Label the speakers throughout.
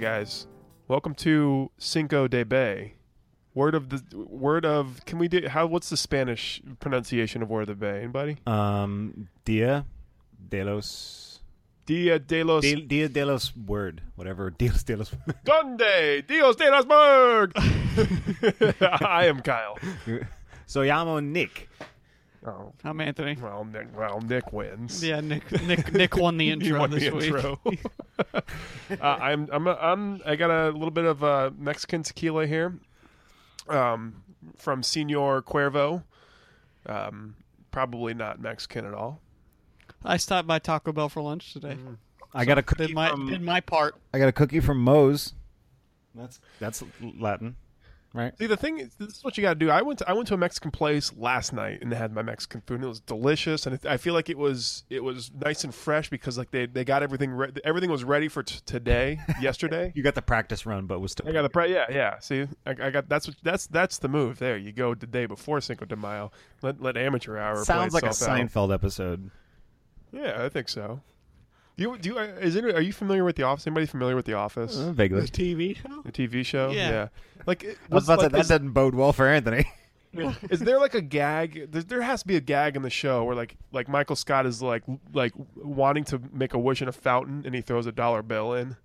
Speaker 1: guys. Welcome to Cinco de Bay. Word of the word of can we do how what's the Spanish pronunciation of word of the bay? Anybody?
Speaker 2: Um, Dia de los
Speaker 1: Dia de los
Speaker 2: Dia, Dia de los word whatever Dios de los.
Speaker 1: Donde Dios de las Berg. I am Kyle.
Speaker 2: so llamo Nick.
Speaker 1: Oh,
Speaker 3: I'm Anthony.
Speaker 1: well, Nick, well, Nick wins.
Speaker 3: Yeah, Nick Nick Nick won the
Speaker 1: He
Speaker 3: intro
Speaker 1: won
Speaker 3: this
Speaker 1: the
Speaker 3: week.
Speaker 1: intro. uh, I'm I'm a, I'm I got a little bit of uh, Mexican tequila here, um, from Senor Cuervo. Um, probably not Mexican at all.
Speaker 3: I stopped by Taco Bell for lunch today.
Speaker 1: Mm.
Speaker 2: I got a
Speaker 3: Did
Speaker 2: cookie.
Speaker 3: my
Speaker 2: from,
Speaker 3: did my part.
Speaker 2: I got a cookie from Moe's. That's that's Latin, right?
Speaker 1: See, the thing is, this is what you got to do. I went to, I went to a Mexican place last night and they had my Mexican food and it was delicious and it, I feel like it was it was nice and fresh because like they, they got everything re- everything was ready for t- today yesterday.
Speaker 2: You got the practice run, but was still.
Speaker 1: I got the pre- yeah yeah. See, I, I got that's what that's that's the move. There you go. The day before Cinco de Mayo, let let amateur hour.
Speaker 2: Sounds
Speaker 1: play
Speaker 2: like a
Speaker 1: itself out.
Speaker 2: Seinfeld episode.
Speaker 1: Yeah, I think so. Do you do you, is it, are you familiar with the office? Anybody familiar with the office?
Speaker 2: Uh, vaguely.
Speaker 3: TV show?
Speaker 1: The TV show.
Speaker 3: Yeah.
Speaker 1: Like, it-
Speaker 2: I was about to say,
Speaker 1: like
Speaker 2: that
Speaker 1: is,
Speaker 2: doesn't bode well for Anthony.
Speaker 1: is there like a gag? There, there has to be a gag in the show where like like Michael Scott is like like wanting to make a wish in a fountain and he throws a dollar bill in.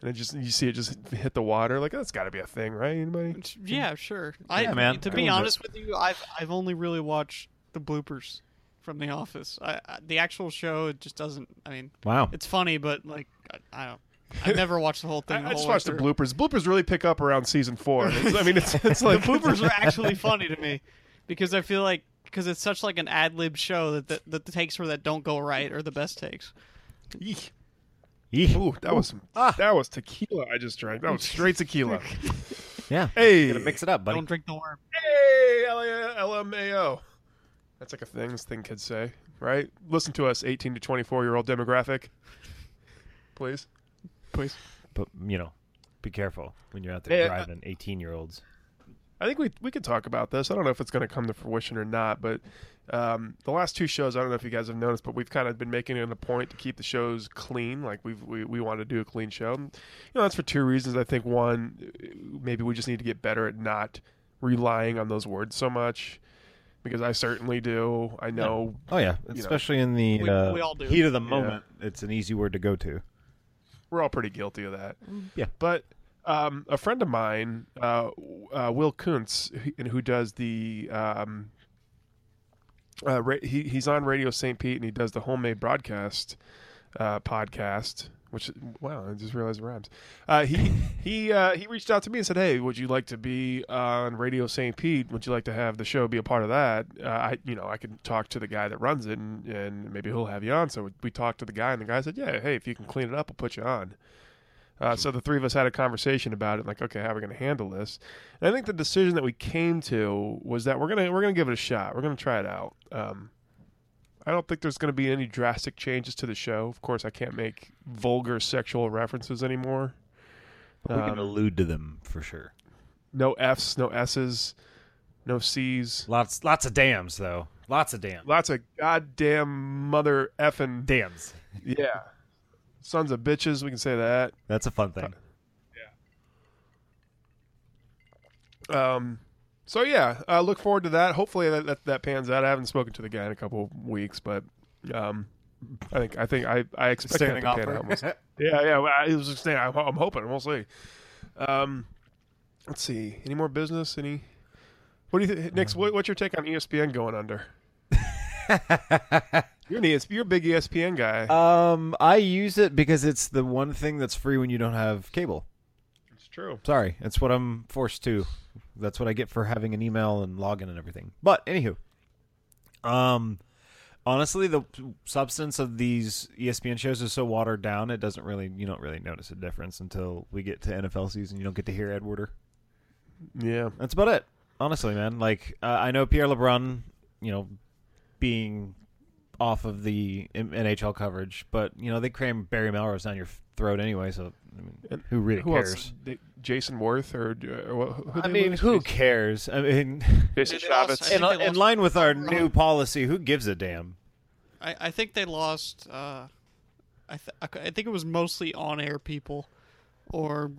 Speaker 1: And it just you see it just hit the water like that's got to be a thing right anybody
Speaker 3: Yeah, sure. I
Speaker 2: Yeah, man.
Speaker 3: to
Speaker 2: I
Speaker 3: be
Speaker 2: love
Speaker 3: honest with you, I've I've only really watched the bloopers from The Office. I, I, the actual show it just doesn't. I mean,
Speaker 2: Wow.
Speaker 3: it's funny, but like I, I don't. I've never watched the whole thing. the
Speaker 1: I, I just
Speaker 3: whole way
Speaker 1: watched the
Speaker 3: through.
Speaker 1: bloopers. Bloopers really pick up around season four. It's- I mean, it's, it's like
Speaker 3: the bloopers are actually funny to me because I feel like because it's such like an ad lib show that, that that the takes where that don't go right are the best takes.
Speaker 1: Eek.
Speaker 2: Eek.
Speaker 1: Ooh, that was some,
Speaker 2: Ah.
Speaker 1: that was tequila I just drank. That was straight tequila.
Speaker 2: Yeah.
Speaker 1: hey,
Speaker 2: Gotta mix it up, buddy.
Speaker 3: Don't drink the worm.
Speaker 1: hey, L- LMAO. That's like a thing this thing kids say, right? Listen to us, eighteen to twenty-four year old demographic, please.
Speaker 3: Please.
Speaker 2: But you know, be careful when you're out
Speaker 1: Yeah,
Speaker 2: there
Speaker 1: I-
Speaker 2: driving 18 year olds.
Speaker 1: I think we we could talk about this. I don't know if it's going to come to fruition or not, but um, the last two shows, I don't know if you guys have noticed, but we've kind of been making it a point to keep the shows clean. Like we've we, we want to do a clean show. And, you know, that's for two reasons. I think one, maybe we just need to get better at not relying on those words so much, because I certainly do. I know.
Speaker 2: Oh yeah,
Speaker 1: know,
Speaker 2: especially in the
Speaker 3: we-
Speaker 2: uh,
Speaker 3: we all do.
Speaker 2: heat of the moment. It's an easy word to go to.
Speaker 1: we're all pretty guilty of that.
Speaker 2: yeah.
Speaker 1: But um, a friend of mine, uh, uh, Will Kuntz, who- and who does the um, uh, ra- he, he's on Radio St. Pete and he does the homemade broadcast uh, podcast. Which wow, I just realized it rhymes. Uh, he he uh, he reached out to me and said, "Hey, would you like to be on Radio St. Pete? Would you like to have the show be a part of that? Uh, I you know I could talk to the guy that runs it and, and maybe he'll have you on." So we talked to the guy and the guy said, "Yeah, hey, if you can clean it up, I'll put you on." Uh, so the three of us had a conversation about it, like, okay, how are we going to handle this? And I think the decision that we came to was that we're gonna we're gonna give it a shot. We're gonna try it out. Um, I don't think there's going to be any drastic changes to the show. Of course, I can't make vulgar sexual references anymore.
Speaker 2: we can
Speaker 1: Um,
Speaker 2: allude to them for sure.
Speaker 1: No Fs, no Ss, no Cs.
Speaker 2: Lots, lots of dams though. Lots of dams.
Speaker 1: Lots of goddamn mother effing
Speaker 2: Dams.
Speaker 1: yeah, sons of bitches. We can say that.
Speaker 2: That's a fun thing.
Speaker 1: Um, so yeah, uh, look forward to that. Hopefully that, that that pans out. I haven't spoken to the guy in a couple of weeks, but um, I think I think I I expect that
Speaker 2: Standing
Speaker 1: to pan out.
Speaker 2: offer.
Speaker 1: We'll see. yeah, yeah. well, I it was just saying. I'm, I'm hoping. We'll see. Um, let's see. Any more business? Any? What do you think, Nick? What, what's your take on E ESPN going under? you're an ESPN. You're a big E ESPN guy.
Speaker 2: um, I use it because it's the one thing that's free when you don't have cable.
Speaker 1: it's true.
Speaker 2: Sorry, it's what I'm forced to. That's what I get for having an email and login and everything. But anywho, um, honestly, the substance of these E ESPN shows is so watered down. It doesn't really, you don't really notice a difference until we get to NFL season. You don't get to hear Ed Werder.
Speaker 1: Yeah.
Speaker 2: That's about it, honestly, man. Like uh, I know Pierre LeBrun, you know, being off of the M- NHL coverage, but you know they cram Barry Melrose down your f- throat anyway. So I mean,
Speaker 1: And
Speaker 2: who really
Speaker 1: Who
Speaker 2: cares?
Speaker 1: else? They- Jason Worth or, or who
Speaker 2: I
Speaker 1: they
Speaker 2: mean,
Speaker 1: lose?
Speaker 2: who
Speaker 1: Jason-
Speaker 2: cares? I mean,
Speaker 1: Jason
Speaker 3: Did they also-
Speaker 1: Chavez.
Speaker 3: I think
Speaker 2: in,
Speaker 3: they lost-
Speaker 2: in line with our new policy, who gives a damn?
Speaker 3: I, I think they lost. Uh, I th- I c- I think it was mostly on air people or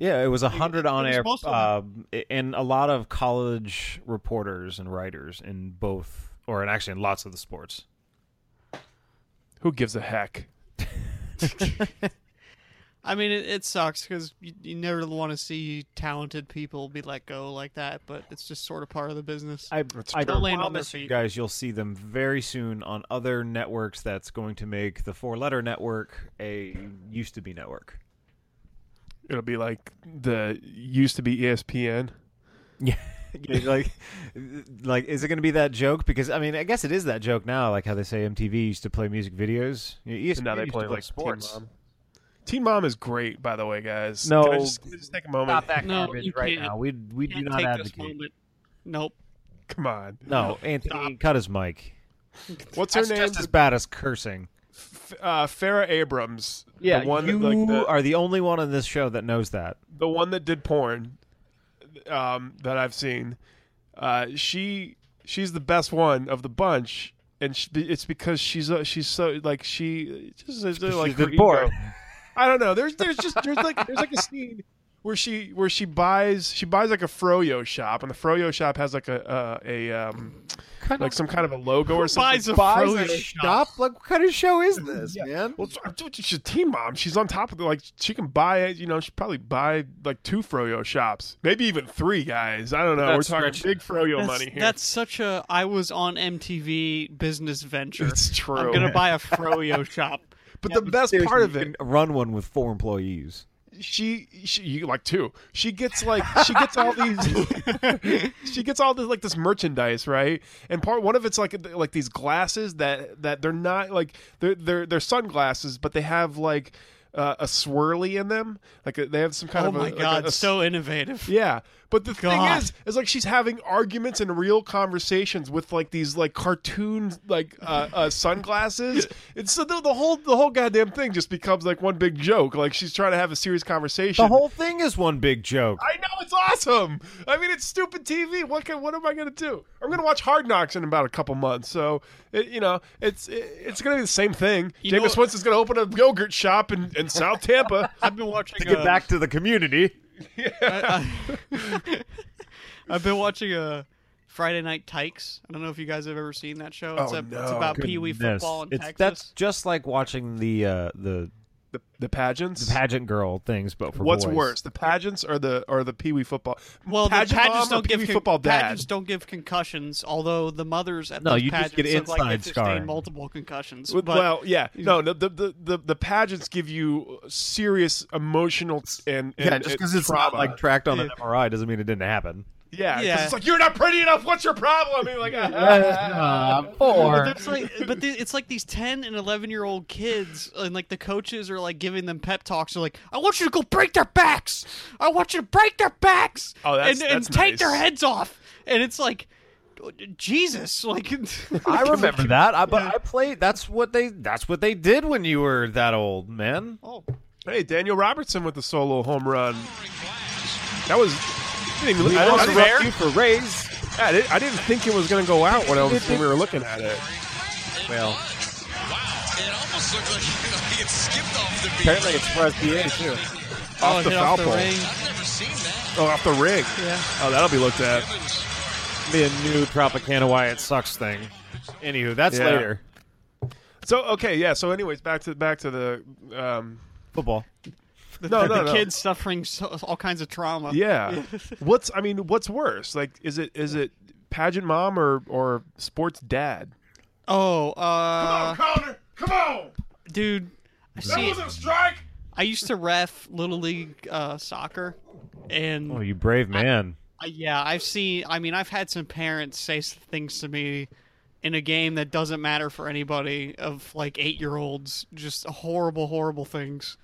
Speaker 2: Yeah, it was a
Speaker 3: It-
Speaker 2: hundred
Speaker 3: it
Speaker 2: on
Speaker 3: was
Speaker 2: air,
Speaker 3: most of
Speaker 2: um, and a lot of college reporters and writers in both, or in actually in lots of the sports.
Speaker 1: Who gives a heck?
Speaker 3: I mean, it, it sucks because you, you never want to see talented people be let go like that, but it's just sort of part of the business.
Speaker 2: I,
Speaker 1: That's
Speaker 2: I
Speaker 1: true. Don't
Speaker 3: land on their
Speaker 2: promise you
Speaker 3: feet.
Speaker 2: guys you'll see them very soon on other networks. That's going to make the four letter network a used to be network.
Speaker 1: It'll be like the used to be E ESPN.
Speaker 2: Yeah. like, like, is it going to be that joke? Because I mean, I guess it is that joke now. Like how they say MTV used to play music videos. ESPN
Speaker 1: And now they
Speaker 2: used to
Speaker 1: play like
Speaker 2: sports.
Speaker 1: Teen Mom. Teen Mom is great, by the way, guys.
Speaker 2: No.
Speaker 1: Can I just, can I just take a moment.
Speaker 2: Stop that
Speaker 3: No,
Speaker 2: garbage
Speaker 3: you
Speaker 2: right
Speaker 3: can't.
Speaker 2: now. We we do
Speaker 3: Can't
Speaker 2: not
Speaker 3: take
Speaker 2: advocate.
Speaker 3: this moment. Nope.
Speaker 1: Come on.
Speaker 2: No, Anthony, cut his mic.
Speaker 1: What's
Speaker 2: That's
Speaker 1: her name?
Speaker 2: just as bad as cursing.
Speaker 1: F- uh, Farrah Abrams. the one
Speaker 2: you
Speaker 1: that, like, the,
Speaker 2: are the only one on this show that knows that.
Speaker 1: the one that did porn um, that I've seen. Uh, she she's the best one of the bunch, and she, it's because she's uh, she's so like she just is, like
Speaker 2: She's
Speaker 1: her
Speaker 2: just bored.
Speaker 1: ego. I don't know. There's there's just there's like there's like a scene where she where she buys she buys like a froyo shop, and the froyo shop has like a uh, a um, like some kind of a logo or something.
Speaker 3: Buys a
Speaker 2: Buys
Speaker 3: frozen
Speaker 2: a
Speaker 3: shop.
Speaker 2: shop? Like, what kind of show is this,
Speaker 1: Yeah.
Speaker 2: man?
Speaker 1: Well, it's- she's a teen mom. She's on top of the like. She can buy it. You know, she probably buy like two froyo shops, maybe even three guys. I don't know.
Speaker 2: That's
Speaker 1: We're talking big
Speaker 2: stretching
Speaker 1: froyo
Speaker 3: That's,
Speaker 1: money here.
Speaker 3: that's such a I was on MTV business venture.
Speaker 1: it's true.
Speaker 3: I'm gonna buy a froyo shop.
Speaker 1: but the best part of it,
Speaker 2: run one with four employees.
Speaker 1: she she you like two. She gets like she gets all these she gets all this like this merchandise, right? And part one of it's like like these glasses that that they're not like they're they're they're sunglasses, but they have like uh, a swirly in them. Like they have some kind
Speaker 3: Oh
Speaker 1: of a,
Speaker 3: my
Speaker 1: like, a-
Speaker 3: god,
Speaker 1: a
Speaker 3: so innovative.
Speaker 1: Yeah, but the thing
Speaker 3: God.
Speaker 1: is, is like she's having arguments and real conversations with like these like cartoon like uh, uh, sunglasses, and so the, the whole the whole goddamn thing just becomes like one big joke. Like she's trying to have a serious conversation.
Speaker 2: The whole thing is one big joke.
Speaker 1: I know it's awesome. I mean, it's stupid TV. What can, what am I gonna do? I'm gonna watch Hard Knocks in about a couple months, so it, you know it's it, it's gonna be the same thing.
Speaker 3: You know-
Speaker 1: Jameis Winston's gonna open a yogurt shop in, in South Tampa.
Speaker 3: I've been watching.
Speaker 2: to get
Speaker 3: uh,
Speaker 2: back to the community.
Speaker 3: I, I, have been watching a Friday Night Tykes. I don't know if you guys have ever seen that show. It's,
Speaker 1: Oh,
Speaker 3: a-
Speaker 1: no.
Speaker 3: it's about Pee Wee
Speaker 2: Goodness.
Speaker 3: football in
Speaker 2: It's-
Speaker 3: Texas.
Speaker 2: That's just like watching the uh, the
Speaker 1: the, the pageants.
Speaker 2: pageant girl things, but for
Speaker 1: What's
Speaker 2: boys.
Speaker 1: worse, the pageants or the or the Pee Wee football?
Speaker 3: Well, the
Speaker 1: Pageant
Speaker 3: pageants
Speaker 1: mom or
Speaker 3: don't give
Speaker 1: Pee Wee
Speaker 3: con-
Speaker 1: football dad.
Speaker 3: Pageants don't give concussions, although the mothers at
Speaker 2: No,
Speaker 3: those
Speaker 2: you just
Speaker 3: pageants
Speaker 2: get
Speaker 3: look like they
Speaker 2: inside scarring.
Speaker 3: sustain multiple concussions.
Speaker 1: Well,
Speaker 3: But
Speaker 1: well, yeah, no, no, the, the the the pageants give you serious emotional and, and
Speaker 2: Yeah, just because it's not
Speaker 1: trauma.
Speaker 2: like tracked on an MRI doesn't mean it didn't happen.
Speaker 1: yeah, 'cause
Speaker 3: Yeah.
Speaker 1: it's like you're not pretty enough. What's your problem? I mean, like,
Speaker 3: but there's like, but the, it's like these ten and eleven year old kids, and like the coaches are like giving them pep talks. They're like, "I want you to go break their backs. I want you to break their backs.
Speaker 1: Oh, that's-
Speaker 3: and, and
Speaker 1: that's
Speaker 3: take
Speaker 1: nice.
Speaker 3: their heads off." And it's like, Jesus, like
Speaker 2: I remember that. I, but I played. That's what they. That's what they did when you were that old, man.
Speaker 3: Oh,
Speaker 1: hey, Daniel Robertson with the solo home run. That was. I didn't, even- I,
Speaker 2: Ross
Speaker 1: I,
Speaker 2: Rare?
Speaker 1: didn't,
Speaker 2: for raise.
Speaker 1: I, didn't, I didn't think it was going to go out when I was when we were looking at it.
Speaker 2: Well,
Speaker 4: Wow, it almost looked like you know, he had skipped off the beat.
Speaker 2: apparently it's for SBA too.
Speaker 3: oh,
Speaker 1: the
Speaker 3: hit
Speaker 1: foul
Speaker 3: off the
Speaker 1: pole.
Speaker 3: ring.
Speaker 4: I've never seen that.
Speaker 1: Oh, off the ring.
Speaker 3: Yeah.
Speaker 1: Oh, that'll be looked at.
Speaker 2: Be a new Tropicana why it sucks thing. Anywho, that's
Speaker 1: Yeah.
Speaker 2: later.
Speaker 1: So okay, yeah. So anyways, back to back to the um,
Speaker 2: Football.
Speaker 1: no, no,
Speaker 3: the
Speaker 1: no.
Speaker 3: kids suffering so, all kinds of trauma.
Speaker 1: Yeah. what's I mean, what's worse? Like is it is it pageant mom or or sports dad?
Speaker 3: Oh, uh,
Speaker 1: Connor, come on.
Speaker 3: dude. I See,
Speaker 1: a strike.
Speaker 3: I used to ref little league uh, soccer, and
Speaker 2: Oh, you brave man.
Speaker 3: Uh, yeah, I've seen. I mean, I've had some parents say s- things to me in a game that doesn't matter for anybody of like eight year olds, just horrible, horrible things.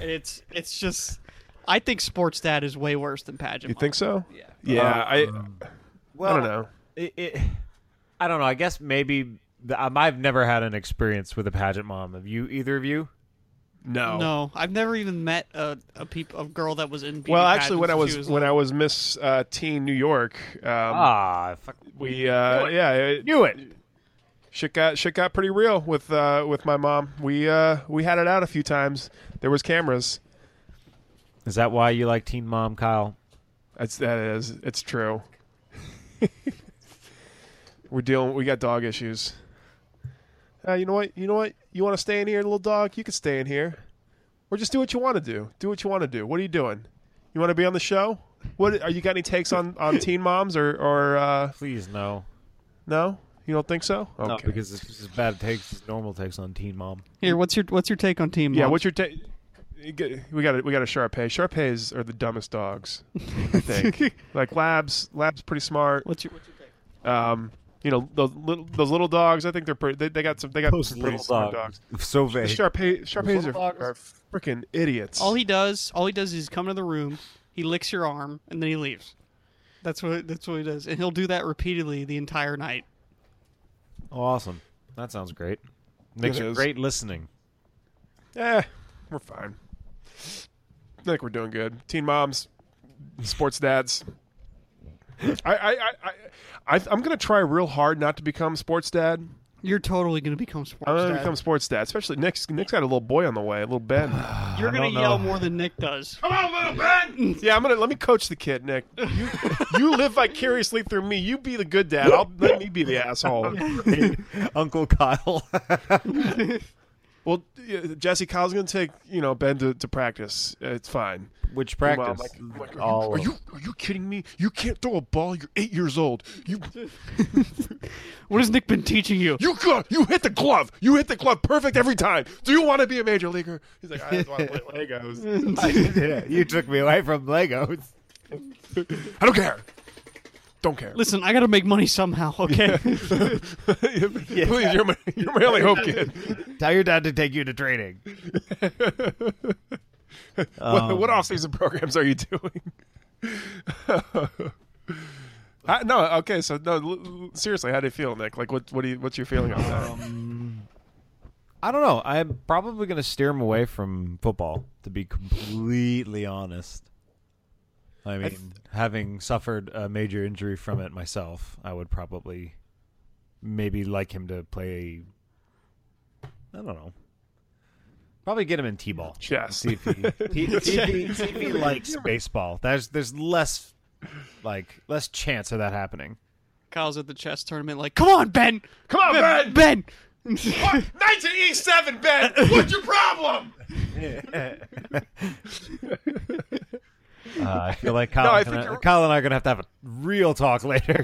Speaker 3: And it's it's just. I think sports dad is way worse than pageant.
Speaker 1: You
Speaker 3: mom.
Speaker 1: think so? Yeah.
Speaker 3: Uh,
Speaker 1: Yeah, I
Speaker 3: um,
Speaker 2: well,
Speaker 1: I don't know.
Speaker 2: It, it, I don't know. I guess maybe the, um, I've never had an experience with a pageant mom. Have you? Either of you?
Speaker 1: No.
Speaker 3: No, I've never even met a a, peop- a girl that was in. beauty
Speaker 1: Well, actually, when I
Speaker 3: pageants.
Speaker 1: was,
Speaker 3: She was
Speaker 1: when
Speaker 3: like,
Speaker 1: I was Miss uh, Teen New York, um,
Speaker 2: Ah, fuck.
Speaker 1: we uh, yeah, it,
Speaker 2: knew it.
Speaker 1: shit got shit got pretty real with uh, with my mom. We uh, we had it out a few times. There was cameras.
Speaker 2: Is that why you like Teen Mom, Kyle?
Speaker 1: That's that is it's true. We're dealing. We got dog issues. Uh, you know what? You know what? You want to stay in here, little dog? You can stay in here, or just do what you want to do. Do what you want to do. What are you doing? You want to be on the show? What are you got? Any takes on on Teen Moms or or uh,
Speaker 2: Please no.
Speaker 1: no? You don't think so? Okay.
Speaker 2: No, because it's just as bad takes as normal takes on Teen Mom.
Speaker 3: Here, what's your what's your take on Team?
Speaker 1: yeah.
Speaker 3: Mom?
Speaker 1: What's your take? We got a, we got a Sharpei. Sharpeis are the dumbest dogs, I think. like Labs, Labs pretty smart.
Speaker 3: what's your what's your take?
Speaker 1: Um, you know those little those little dogs. I think they're pretty. They, they got some. They got some pretty smart dogs.
Speaker 2: So
Speaker 1: The
Speaker 2: vague.
Speaker 1: Sharpei Sharpeis
Speaker 2: Little
Speaker 1: are,
Speaker 2: dogs.
Speaker 1: are freaking idiots.
Speaker 3: All he does, all he does is come into the room, he licks your arm, and then he leaves. That's what that's what he does, and he'll do that repeatedly the entire night.
Speaker 2: Oh, awesome. That sounds great. Makes
Speaker 1: It is.
Speaker 2: great listening.
Speaker 1: eh, we're fine. I think we're doing good. Teen moms, sports dads. I I I, I, I I'm gonna try real hard not to become sports dad.
Speaker 3: You're totally gonna become sports.
Speaker 1: I'm gonna
Speaker 3: dad.
Speaker 1: become sports dad, especially Nick's. Nick's got a little boy on the way, a little Ben.
Speaker 3: You're
Speaker 2: I
Speaker 3: gonna
Speaker 2: don't know.
Speaker 3: yell more than Nick does.
Speaker 1: Come on, little Ben. Yeah, I'm gonna let me coach the kid, Nick. You, you live vicariously through me. You be the good dad. I'll let me be the asshole.
Speaker 2: Uncle Kyle.
Speaker 1: Well, yeah, Jesse Kyle's gonna take you know Ben to, to practice. It's fine.
Speaker 2: Which
Speaker 1: Meanwhile, I'm like-
Speaker 2: practice?
Speaker 1: I'm like,
Speaker 2: All
Speaker 1: are
Speaker 2: of-
Speaker 1: you are you kidding me? You can't throw a ball. You're eight years old. You
Speaker 3: What has Nick been teaching you?
Speaker 1: you go- you hit the glove. You hit the glove perfect every time. Do you want to be a major leaguer? He's like, I just want to play Legos.
Speaker 2: Yeah, you took me away from Legos.
Speaker 1: I don't care. Don't care.
Speaker 3: Listen, I gotta make money somehow. Okay,
Speaker 1: Please, you're my, you're my only hope, kid.
Speaker 2: Tell your dad to take you to training.
Speaker 1: what, what off-season programs are you doing? I, no, okay. So no, l- l- seriously, how do you feel, Nick? Like, what, what do you, what's your feeling on that?
Speaker 2: Um, I don't know. I'm probably going to steer him away from football, to be completely honest. I mean, having suffered a major injury from it myself, I would probably maybe like him to play. I don't know. Probably get him in t-ball.
Speaker 1: Chess.
Speaker 2: See if he, he, see if he, see if he likes baseball. There's there's less like less chance of that happening.
Speaker 3: Kyle's at the chess tournament. Like, come on, Ben,
Speaker 1: Come on, Ben.
Speaker 3: Ben.
Speaker 1: 1987, Ben. What's your problem?
Speaker 2: Uh, I feel like Kyle,
Speaker 1: I
Speaker 2: and
Speaker 1: think
Speaker 2: I-
Speaker 1: you're-
Speaker 2: Kyle and I are gonna have to have a real talk later.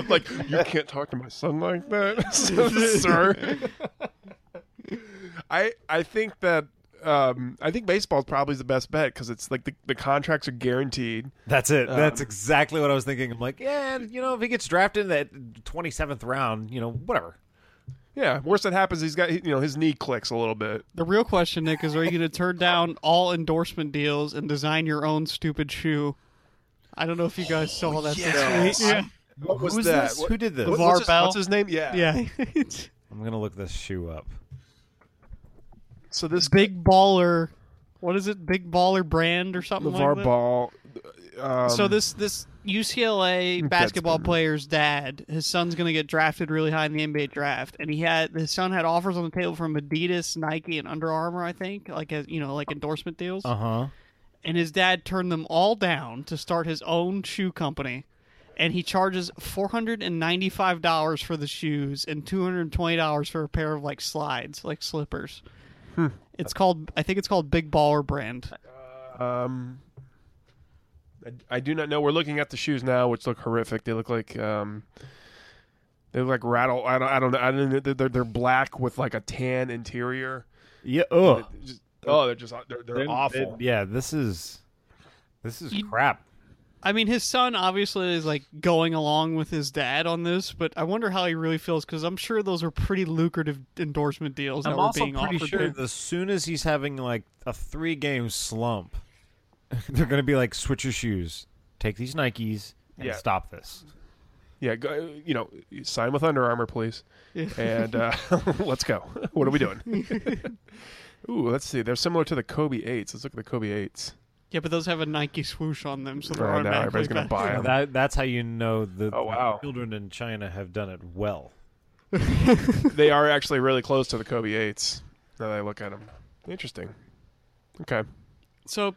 Speaker 1: like, you can't talk to my son like that, sir. I I think that um, I think baseball probably is the best bet because it's like the, the contracts are guaranteed.
Speaker 2: That's it.
Speaker 1: Um,
Speaker 2: That's exactly what I was thinking. I'm like, yeah, and, you know, if he gets drafted in that 27th round, you know, whatever.
Speaker 1: Yeah, worst that happens, he's got you know his knee clicks a little bit.
Speaker 3: The real question, Nick, is: Are you gonna turn down all endorsement deals and design your own stupid shoe? I don't know if you guys
Speaker 1: Oh,
Speaker 3: saw that this week.
Speaker 1: What was
Speaker 2: Who's
Speaker 1: that?
Speaker 2: this?
Speaker 1: What-
Speaker 2: Who did this?
Speaker 1: What-
Speaker 3: Var
Speaker 1: what's, his,
Speaker 3: Bell?
Speaker 1: what's his name? Yeah.
Speaker 3: Yeah, yeah.
Speaker 2: I'm gonna look this shoe up.
Speaker 1: So this
Speaker 3: big baller. What is it? Big baller brand or something like
Speaker 1: Levar
Speaker 3: that.
Speaker 1: Ball. Um,
Speaker 3: So this this UCLA basketball
Speaker 1: Deadspin.
Speaker 3: player's dad, his son's going to get drafted really high in the NBA draft, and he had his son had offers on the table from Adidas, Nike, and Under Armour, I think, like as you know, like endorsement deals,
Speaker 2: Uh huh.
Speaker 1: Uh-huh.
Speaker 3: and his dad turned them all down to start his own shoe company. And he charges four hundred and ninety-five dollars for the shoes and two hundred and twenty dollars for a pair of like slides, like slippers.
Speaker 1: Hmm.
Speaker 3: It's called, I think it's called Big Baller Brand.
Speaker 1: um, I, I do not know. We're looking at the shoes now, which look horrific. They look like um, they look like rattle. I don't. I don't know. I don't, know. they're they're black with like a tan interior.
Speaker 2: Yeah. Ugh.
Speaker 1: Just- oh, they're just they're, they're awful.
Speaker 2: yeah. This is this is crap.
Speaker 3: I mean, his son obviously is like going along with his dad on this, but I wonder how he really feels because I'm sure those were pretty lucrative endorsement deals that
Speaker 2: I'm
Speaker 3: were
Speaker 2: also
Speaker 3: being
Speaker 2: pretty
Speaker 3: offered.
Speaker 2: sure
Speaker 3: to him.
Speaker 2: as soon as he's having like a three game slump, they're gonna be like, switch your shoes, take these Nikes, and
Speaker 1: Yeah.
Speaker 2: stop this.
Speaker 1: yeah, go, you know, sign with Under Armour, please,
Speaker 3: Yeah.
Speaker 1: and uh, let's go. What are we doing? Ooh, let's see. They're similar to the Kobe Eights. Let's look at the Kobe Eights.
Speaker 3: Yeah, but those have a Nike swoosh on them, so they're
Speaker 1: Oh, now
Speaker 3: automatically
Speaker 1: everybody's gonna
Speaker 3: bad.
Speaker 1: buy them.
Speaker 2: That that's how you know the
Speaker 1: Oh, wow.
Speaker 2: children in China have done it well.
Speaker 1: they are actually really close to the Kobe eights. Now that I look at them, interesting. Okay,
Speaker 3: So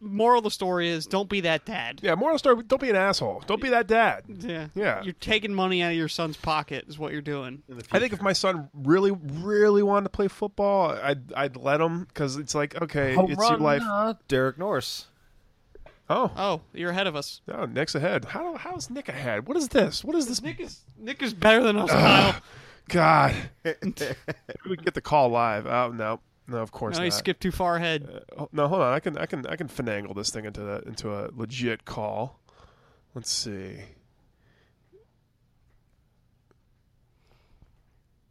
Speaker 3: moral of the story is don't be that dad.
Speaker 1: Yeah, moral story: don't be an asshole. Don't be that dad.
Speaker 3: Yeah.
Speaker 1: Yeah.
Speaker 3: You're taking money out of your son's pocket is what you're doing.
Speaker 1: I think if my son really, really wanted to play football, I'd I'd let him because it's like okay, it's your life.
Speaker 2: Derek Norris.
Speaker 1: Oh,
Speaker 3: Oh, you're ahead of us.
Speaker 1: no, Nick's ahead. How how's Nick ahead? What is this? What is this?
Speaker 3: Nick is Nick is better than us, Kyle.
Speaker 1: God, Maybe we can get the call live. Oh no, no, of course
Speaker 3: No, you
Speaker 1: not.
Speaker 3: skipped too far ahead.
Speaker 1: Oh, no, hold on. I can I can I can finagle this thing into the, into a legit call. Let's see.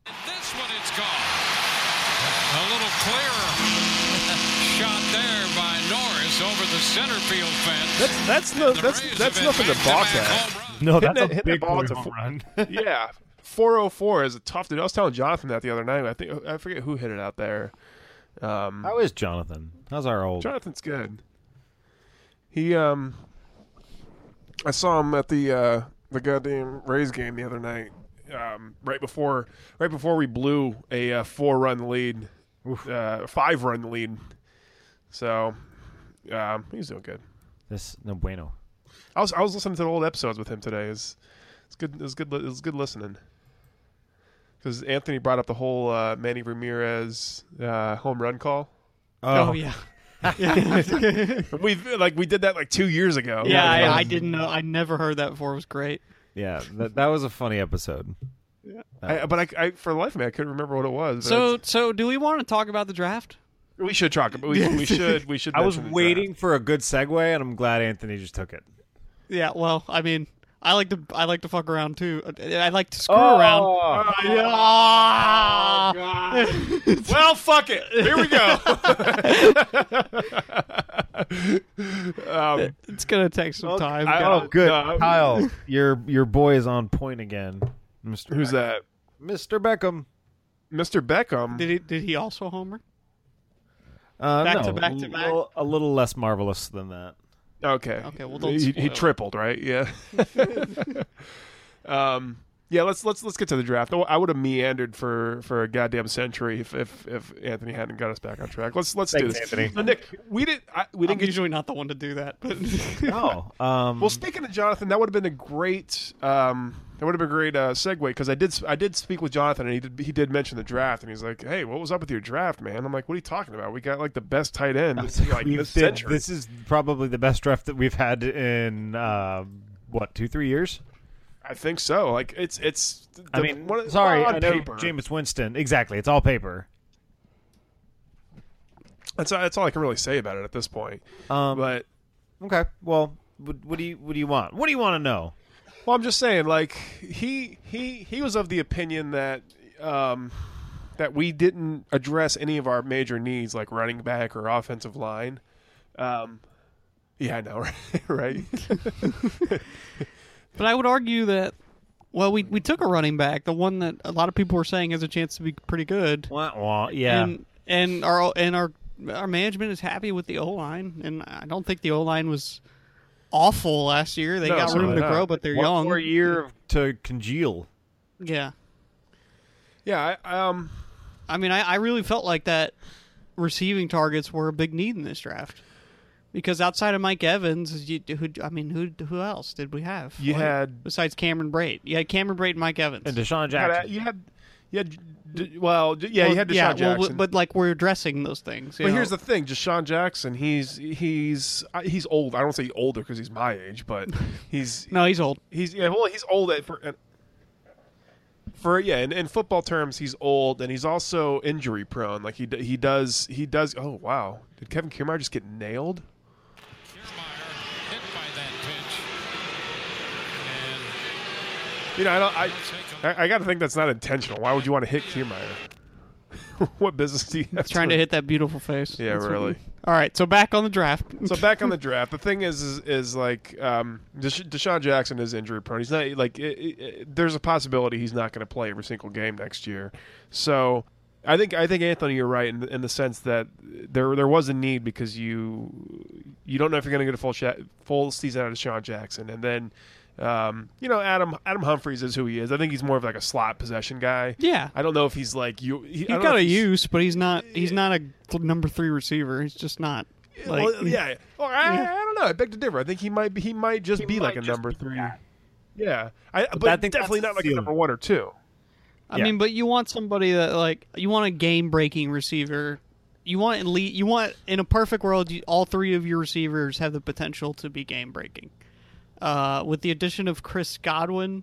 Speaker 4: This one it's gone. A little clearer shot there by Norris over the center field fence.
Speaker 1: That's that's no
Speaker 4: The
Speaker 1: that's
Speaker 4: Rays
Speaker 1: that's
Speaker 4: have
Speaker 1: nothing
Speaker 4: been
Speaker 1: to balk
Speaker 4: back-to-back
Speaker 1: at.
Speaker 4: home runs.
Speaker 5: No,
Speaker 1: Hitting
Speaker 5: that's
Speaker 1: that-
Speaker 5: a
Speaker 1: hitting
Speaker 5: big
Speaker 1: that ball
Speaker 5: boy
Speaker 1: to
Speaker 5: home
Speaker 1: fo-
Speaker 5: run.
Speaker 1: yeah, four oh four is a tough dude. I was telling Jonathan that the other night. I think I forget who hit it out there. Um,
Speaker 2: How is Jonathan? How's our old?
Speaker 1: Jonathan's good. He um, I saw him at the uh, the goddamn Rays game the other night. Um, right before right before we blew a uh, four run lead, uh, five run lead. So um, he's doing good.
Speaker 2: This no bueno.
Speaker 1: I was I was listening to the old episodes with him today. It's it's good. It's good. li- It's good listening. Because Anthony brought up the whole uh, Manny Ramirez uh, home run call.
Speaker 3: Oh, yeah. yeah,
Speaker 1: We like we did that like two years ago.
Speaker 3: yeah I, I didn't know. I never heard that before. It was great.
Speaker 2: yeah. That, that was a funny episode.
Speaker 1: I, but I, I for the life of me I couldn't remember what it was. but
Speaker 3: So,
Speaker 1: it's-
Speaker 3: so do we want to talk about the draft?
Speaker 1: we should talk. about We, we should we should.
Speaker 2: I was
Speaker 1: mention uh, the
Speaker 2: waiting for a good segue, and I'm glad Anthony just took it.
Speaker 3: Yeah. Well, I mean, I like to I like to fuck around too. I I like to screw
Speaker 2: Oh,
Speaker 3: around. Yeah.
Speaker 1: draft. Well, fuck it. Here we go. um,
Speaker 3: It's gonna take some time.
Speaker 1: I-
Speaker 3: guys.
Speaker 1: oh,
Speaker 2: Good,
Speaker 1: No.
Speaker 2: Kyle. Your your boy is on point again, Mister
Speaker 1: who's that?
Speaker 2: Mister Beckham.
Speaker 1: Mr. Beckham.
Speaker 3: Did he did he also homer?
Speaker 2: Uh,
Speaker 3: Back
Speaker 2: no,
Speaker 3: to back to
Speaker 2: a
Speaker 3: back.
Speaker 2: little- A little less marvelous than that.
Speaker 1: Okay.
Speaker 3: Okay, well, don't
Speaker 1: he,
Speaker 3: spoil
Speaker 1: he
Speaker 3: it.
Speaker 1: tripled, right? Yeah. um, yeah. Let's let's let's get to the draft. I would have meandered for for a goddamn century if if, if Anthony hadn't got us back on track. Let's let's do
Speaker 2: Thanks,
Speaker 1: this.
Speaker 2: Anthony.
Speaker 1: So, Nick, we did I, we
Speaker 3: I'm
Speaker 1: didn't get.
Speaker 3: usually not the one to do that, but
Speaker 2: No. Um,
Speaker 1: Well, speaking of Jonathan, that would have been a great um, that would have been a great uh, segue because I did s- I did speak with Jonathan and he did he did mention the draft and he's like, hey, what was up with your draft, man? I'm like, what are you talking about? We got like the best tight end like
Speaker 2: we
Speaker 1: this
Speaker 2: did-
Speaker 1: century.
Speaker 2: this is probably the best draft that we've had in uh, what two three years.
Speaker 1: I think so. Like it's it's. The,
Speaker 2: I mean,
Speaker 1: one,
Speaker 2: sorry,
Speaker 1: on
Speaker 2: I know
Speaker 1: paper.
Speaker 2: Jameis Winston. Exactly, it's all paper.
Speaker 1: That's all, that's all I can really say about it at this point.
Speaker 2: Um,
Speaker 1: But
Speaker 2: okay, well, what, what do you what do you want? What do you want to know?
Speaker 1: well, I'm just saying, like he he he was of the opinion that um, that we didn't address any of our major needs, like running back or offensive line. Um, yeah, I know, right?
Speaker 3: but I would argue that well, we we took a running back, the one that a lot of people were saying has a chance to be pretty good,
Speaker 2: Wah, wah, yeah,
Speaker 3: and and our and our our management is happy with the O line, and I don't think the O line was awful last year. They
Speaker 1: No,
Speaker 3: got room
Speaker 1: certainly
Speaker 3: to
Speaker 1: not.
Speaker 3: grow, but they're
Speaker 2: one
Speaker 3: young.
Speaker 2: more year to congeal.
Speaker 3: Yeah,
Speaker 1: yeah, I, um,
Speaker 3: I mean, I, I really felt like that receiving targets were a big need in this draft. Because outside of Mike Evans, you, who I mean, who who else did we have?
Speaker 1: you
Speaker 3: Like,
Speaker 1: had
Speaker 3: besides Cameron Braid. You had Cameron Braid and Mike Evans.
Speaker 2: And Deshaun
Speaker 1: you had
Speaker 2: Jackson.
Speaker 1: you had, you had d- well, d- yeah,
Speaker 3: Well,
Speaker 1: you had Deshaun
Speaker 3: well,
Speaker 1: Jackson.
Speaker 3: but like we're addressing those things. you
Speaker 1: But
Speaker 3: know?
Speaker 1: here's the thing, Deshaun Jackson. He's he's I- he's old. I don't say older because he's my age, but he's
Speaker 3: no, he's old.
Speaker 1: he's yeah. Well, he's old at, for for yeah. In, in football terms, he's old, and he's also injury prone. Like he d- he does he does. Oh wow, did Kevin Kiermaier just get nailed?
Speaker 4: Kiermaier hit by that pitch. And
Speaker 1: You know, I don't. I
Speaker 4: take a
Speaker 1: I, I got to think that's not intentional. Why would you want to hit Kiermaier? what business do you have
Speaker 3: Trying to hit that beautiful face.
Speaker 1: Yeah,
Speaker 3: That's what-
Speaker 1: really.
Speaker 3: all right, so back on the draft.
Speaker 1: So back on the draft, the thing is, is, is like um, Desha- Deshaun Jackson is injury prone. He's not like it, it, it- there's a possibility he's not going to play every single game next year. So I think I think Anthony, you're right in, in the sense that there there was a need because you you don't know if you're going to get a full sha- full season out of Deshaun Jackson, and then um, you know Adam Adam Humphries is who he is. I think he's more of like a slot possession guy.
Speaker 3: yeah,
Speaker 1: I don't know if he's like you. He,
Speaker 3: he's got a use, but he's not. He's not a th- number three receiver. He's just not. Like,
Speaker 1: well, yeah. Well, I, I don't know. I beg to differ. I think he might be, he might just be like
Speaker 2: might
Speaker 1: a
Speaker 2: just
Speaker 1: number
Speaker 2: be
Speaker 1: three.
Speaker 2: that.
Speaker 1: Yeah, I, but,
Speaker 2: I think
Speaker 1: definitely
Speaker 2: that's
Speaker 1: not like
Speaker 2: the
Speaker 1: a number one or two.
Speaker 3: I
Speaker 2: Yeah.
Speaker 3: mean, but you want somebody that like you want a game breaking receiver. You want at least, you want in a perfect world, you, all three of your receivers have the potential to be game breaking. Uh, with the addition of Chris Godwin,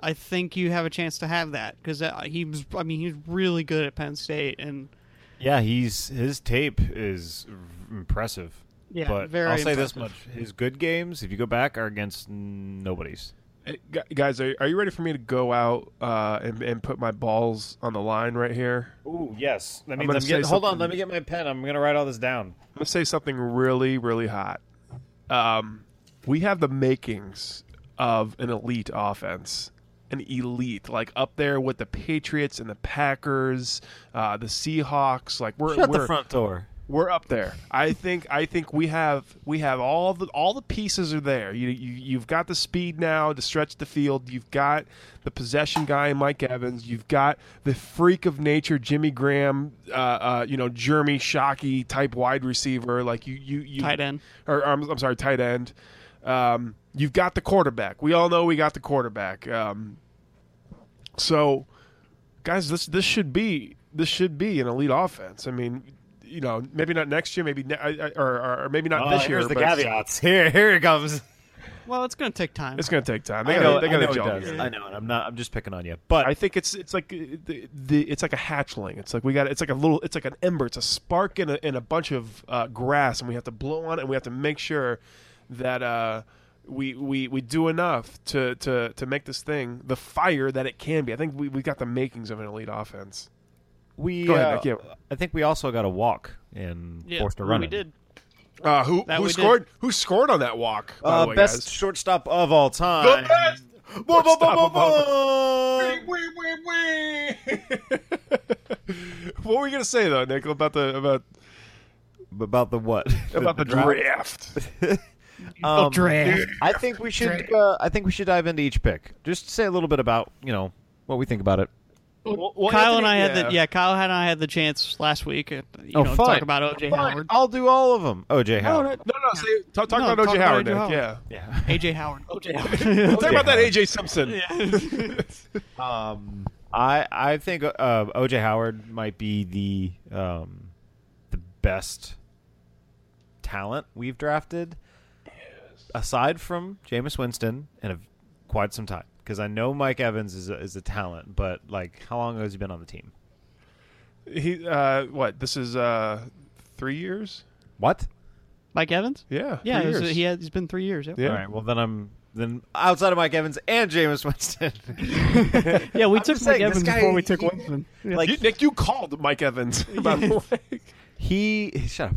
Speaker 3: I think you have a chance to have that because uh, he was, I mean, he's really good at Penn State and
Speaker 2: Yeah, he's his tape is impressive.
Speaker 3: Yeah,
Speaker 2: but
Speaker 3: very
Speaker 2: I'll say this much:
Speaker 3: impressive.
Speaker 2: his good games, if you go back, are against nobody's.
Speaker 1: Hey, gu- Guys, are, are you ready for me to go out uh, and, and put my balls on the line right here?
Speaker 2: Ooh, yes. That
Speaker 1: means gonna I'm getting- say hold on, something. let
Speaker 2: me get my pen. I'm gonna write all this down.
Speaker 1: I'm gonna say something really, really hot. Um, we have the makings of an elite offense, an elite like up there with the Patriots and the Packers, uh, the Seahawks. Like we're
Speaker 2: Shut
Speaker 1: we're,
Speaker 2: the front door.
Speaker 1: we're up there. I think I think we have we have all the all the pieces are there. You, you you've got the speed now to stretch the field. You've got the possession guy in Mike Evans. You've got the freak of nature Jimmy Graham, uh, uh, you know Jeremy Shockey type wide receiver. Like you you, you
Speaker 3: tight end.
Speaker 1: or I'm, I'm sorry tight end. Um, you've got the quarterback. We all know we got the quarterback. Um, so, guys, this this should be this should be an elite offense. I mean, you know, maybe not next year, maybe ne- I- I- or, or maybe not this year. but
Speaker 2: caveats. Here, here it comes.
Speaker 3: Well, it's going to take time.
Speaker 1: It's going to take time. They
Speaker 2: I
Speaker 1: gotta-
Speaker 2: know,
Speaker 1: they
Speaker 2: I
Speaker 1: gotta
Speaker 2: know it
Speaker 1: gel
Speaker 2: does.
Speaker 1: together.
Speaker 2: I know, and I'm not. I'm just picking on you, but
Speaker 1: I think it's it's like the, the it's like a hatchling. It's like we got it's like a little it's like an ember. It's a spark in a, in a bunch of uh, grass, and we have to blow on it. and We have to make sure that uh, we we we do enough to to to make this thing the fire that it can be. I think we we got the makings of an elite offense.
Speaker 2: we.
Speaker 1: Go ahead,
Speaker 2: uh,
Speaker 1: Nick, yeah.
Speaker 2: I think we also got a walk and
Speaker 3: yeah,
Speaker 2: forced a run.
Speaker 3: We
Speaker 2: in.
Speaker 3: did.
Speaker 1: Uh, who
Speaker 3: That
Speaker 1: who
Speaker 3: we did.
Speaker 1: scored who scored on that walk? By
Speaker 2: Uh,
Speaker 1: the way,
Speaker 2: best
Speaker 1: guys?
Speaker 2: shortstop of all time.
Speaker 1: The best
Speaker 2: Boom, boom, boom,
Speaker 1: shortstop
Speaker 2: boom,
Speaker 1: of
Speaker 2: boom.
Speaker 1: what were you gonna say though, Nick, about the about
Speaker 2: About the what?
Speaker 1: about the,
Speaker 2: draft?
Speaker 1: draft?
Speaker 3: Oh,
Speaker 2: Um,
Speaker 3: draft.
Speaker 2: I think we should. Uh, I think we should dive into each pick. Just say a little bit about you know what we think about it.
Speaker 1: Well, well,
Speaker 3: Kyle and I
Speaker 1: Anthony-
Speaker 3: had the yeah. Kyle and I had the chance last week. uh, You
Speaker 2: Oh,
Speaker 3: know,
Speaker 2: fine.
Speaker 3: talk about OJ Howard.
Speaker 2: I'll do all of them. OJ
Speaker 1: No,
Speaker 2: Howard.
Speaker 1: no, no. no say, talk talk
Speaker 3: No,
Speaker 1: about
Speaker 3: talk
Speaker 1: OJ
Speaker 3: about
Speaker 1: Howard,
Speaker 3: O.J.
Speaker 1: Nick.
Speaker 3: Howard.
Speaker 1: Yeah.
Speaker 2: Yeah.
Speaker 3: AJ Howard. OJ Howard.
Speaker 1: Talk about that AJ Simpson.
Speaker 2: Um, I I think uh, OJ Howard might be the um, the best talent we've drafted, aside from Jameis Winston, in a, quite some time. Because I know Mike Evans is a, is a talent, but like, how long has he been on the team?
Speaker 1: He uh what, this is uh three years?
Speaker 2: What?
Speaker 3: Mike Evans.
Speaker 1: Yeah.
Speaker 3: Yeah,
Speaker 1: three
Speaker 3: it was-
Speaker 1: years.
Speaker 3: he had, he's been three years. Yeah,
Speaker 1: Yeah.
Speaker 2: All right. Well, then I'm then outside of Mike Evans and Jameis Winston.
Speaker 3: yeah we
Speaker 2: I'm
Speaker 3: took
Speaker 2: just
Speaker 3: Mike
Speaker 2: saying, this
Speaker 3: Evans
Speaker 2: guy-
Speaker 3: before we took
Speaker 2: he-
Speaker 3: Winston. Yeah.
Speaker 2: like
Speaker 1: You- Nick, you called Mike Evans, by the way.
Speaker 2: he shut up.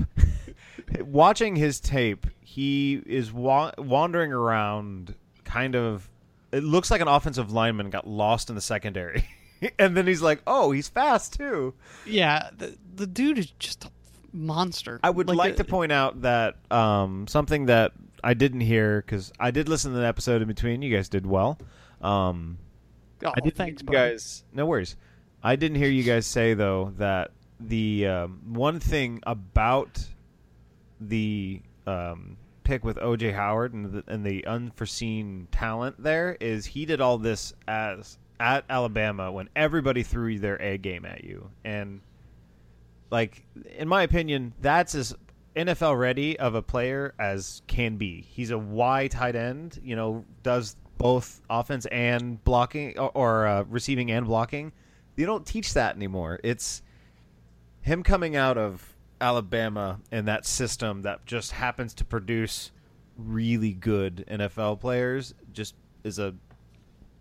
Speaker 2: Watching his tape, he is wa- wandering around, kind of. It looks like an offensive lineman got lost in the secondary, and then he's like, "Oh, he's fast too."
Speaker 3: yeah, the, the dude is just a monster.
Speaker 2: I would like,
Speaker 3: uh,
Speaker 2: to point out that um, something that I didn't hear because I did listen to the episode in between. You guys did well. Um,
Speaker 3: Oh,
Speaker 2: I did
Speaker 3: thanks,
Speaker 2: thanks,
Speaker 3: buddy.
Speaker 2: guys. No worries. I didn't hear you guys say though that the um, one thing about the um, pick with OJ Howard and the, and the unforeseen talent there is he did all this as at Alabama when everybody threw their A game at you and like in my opinion that's as NFL ready of a player as can be. He's a Y tight end, you know, does both offense and blocking or, or uh, receiving and blocking. You don't teach that anymore. It's him coming out of Alabama and that system that just happens to produce really good NFL players just is a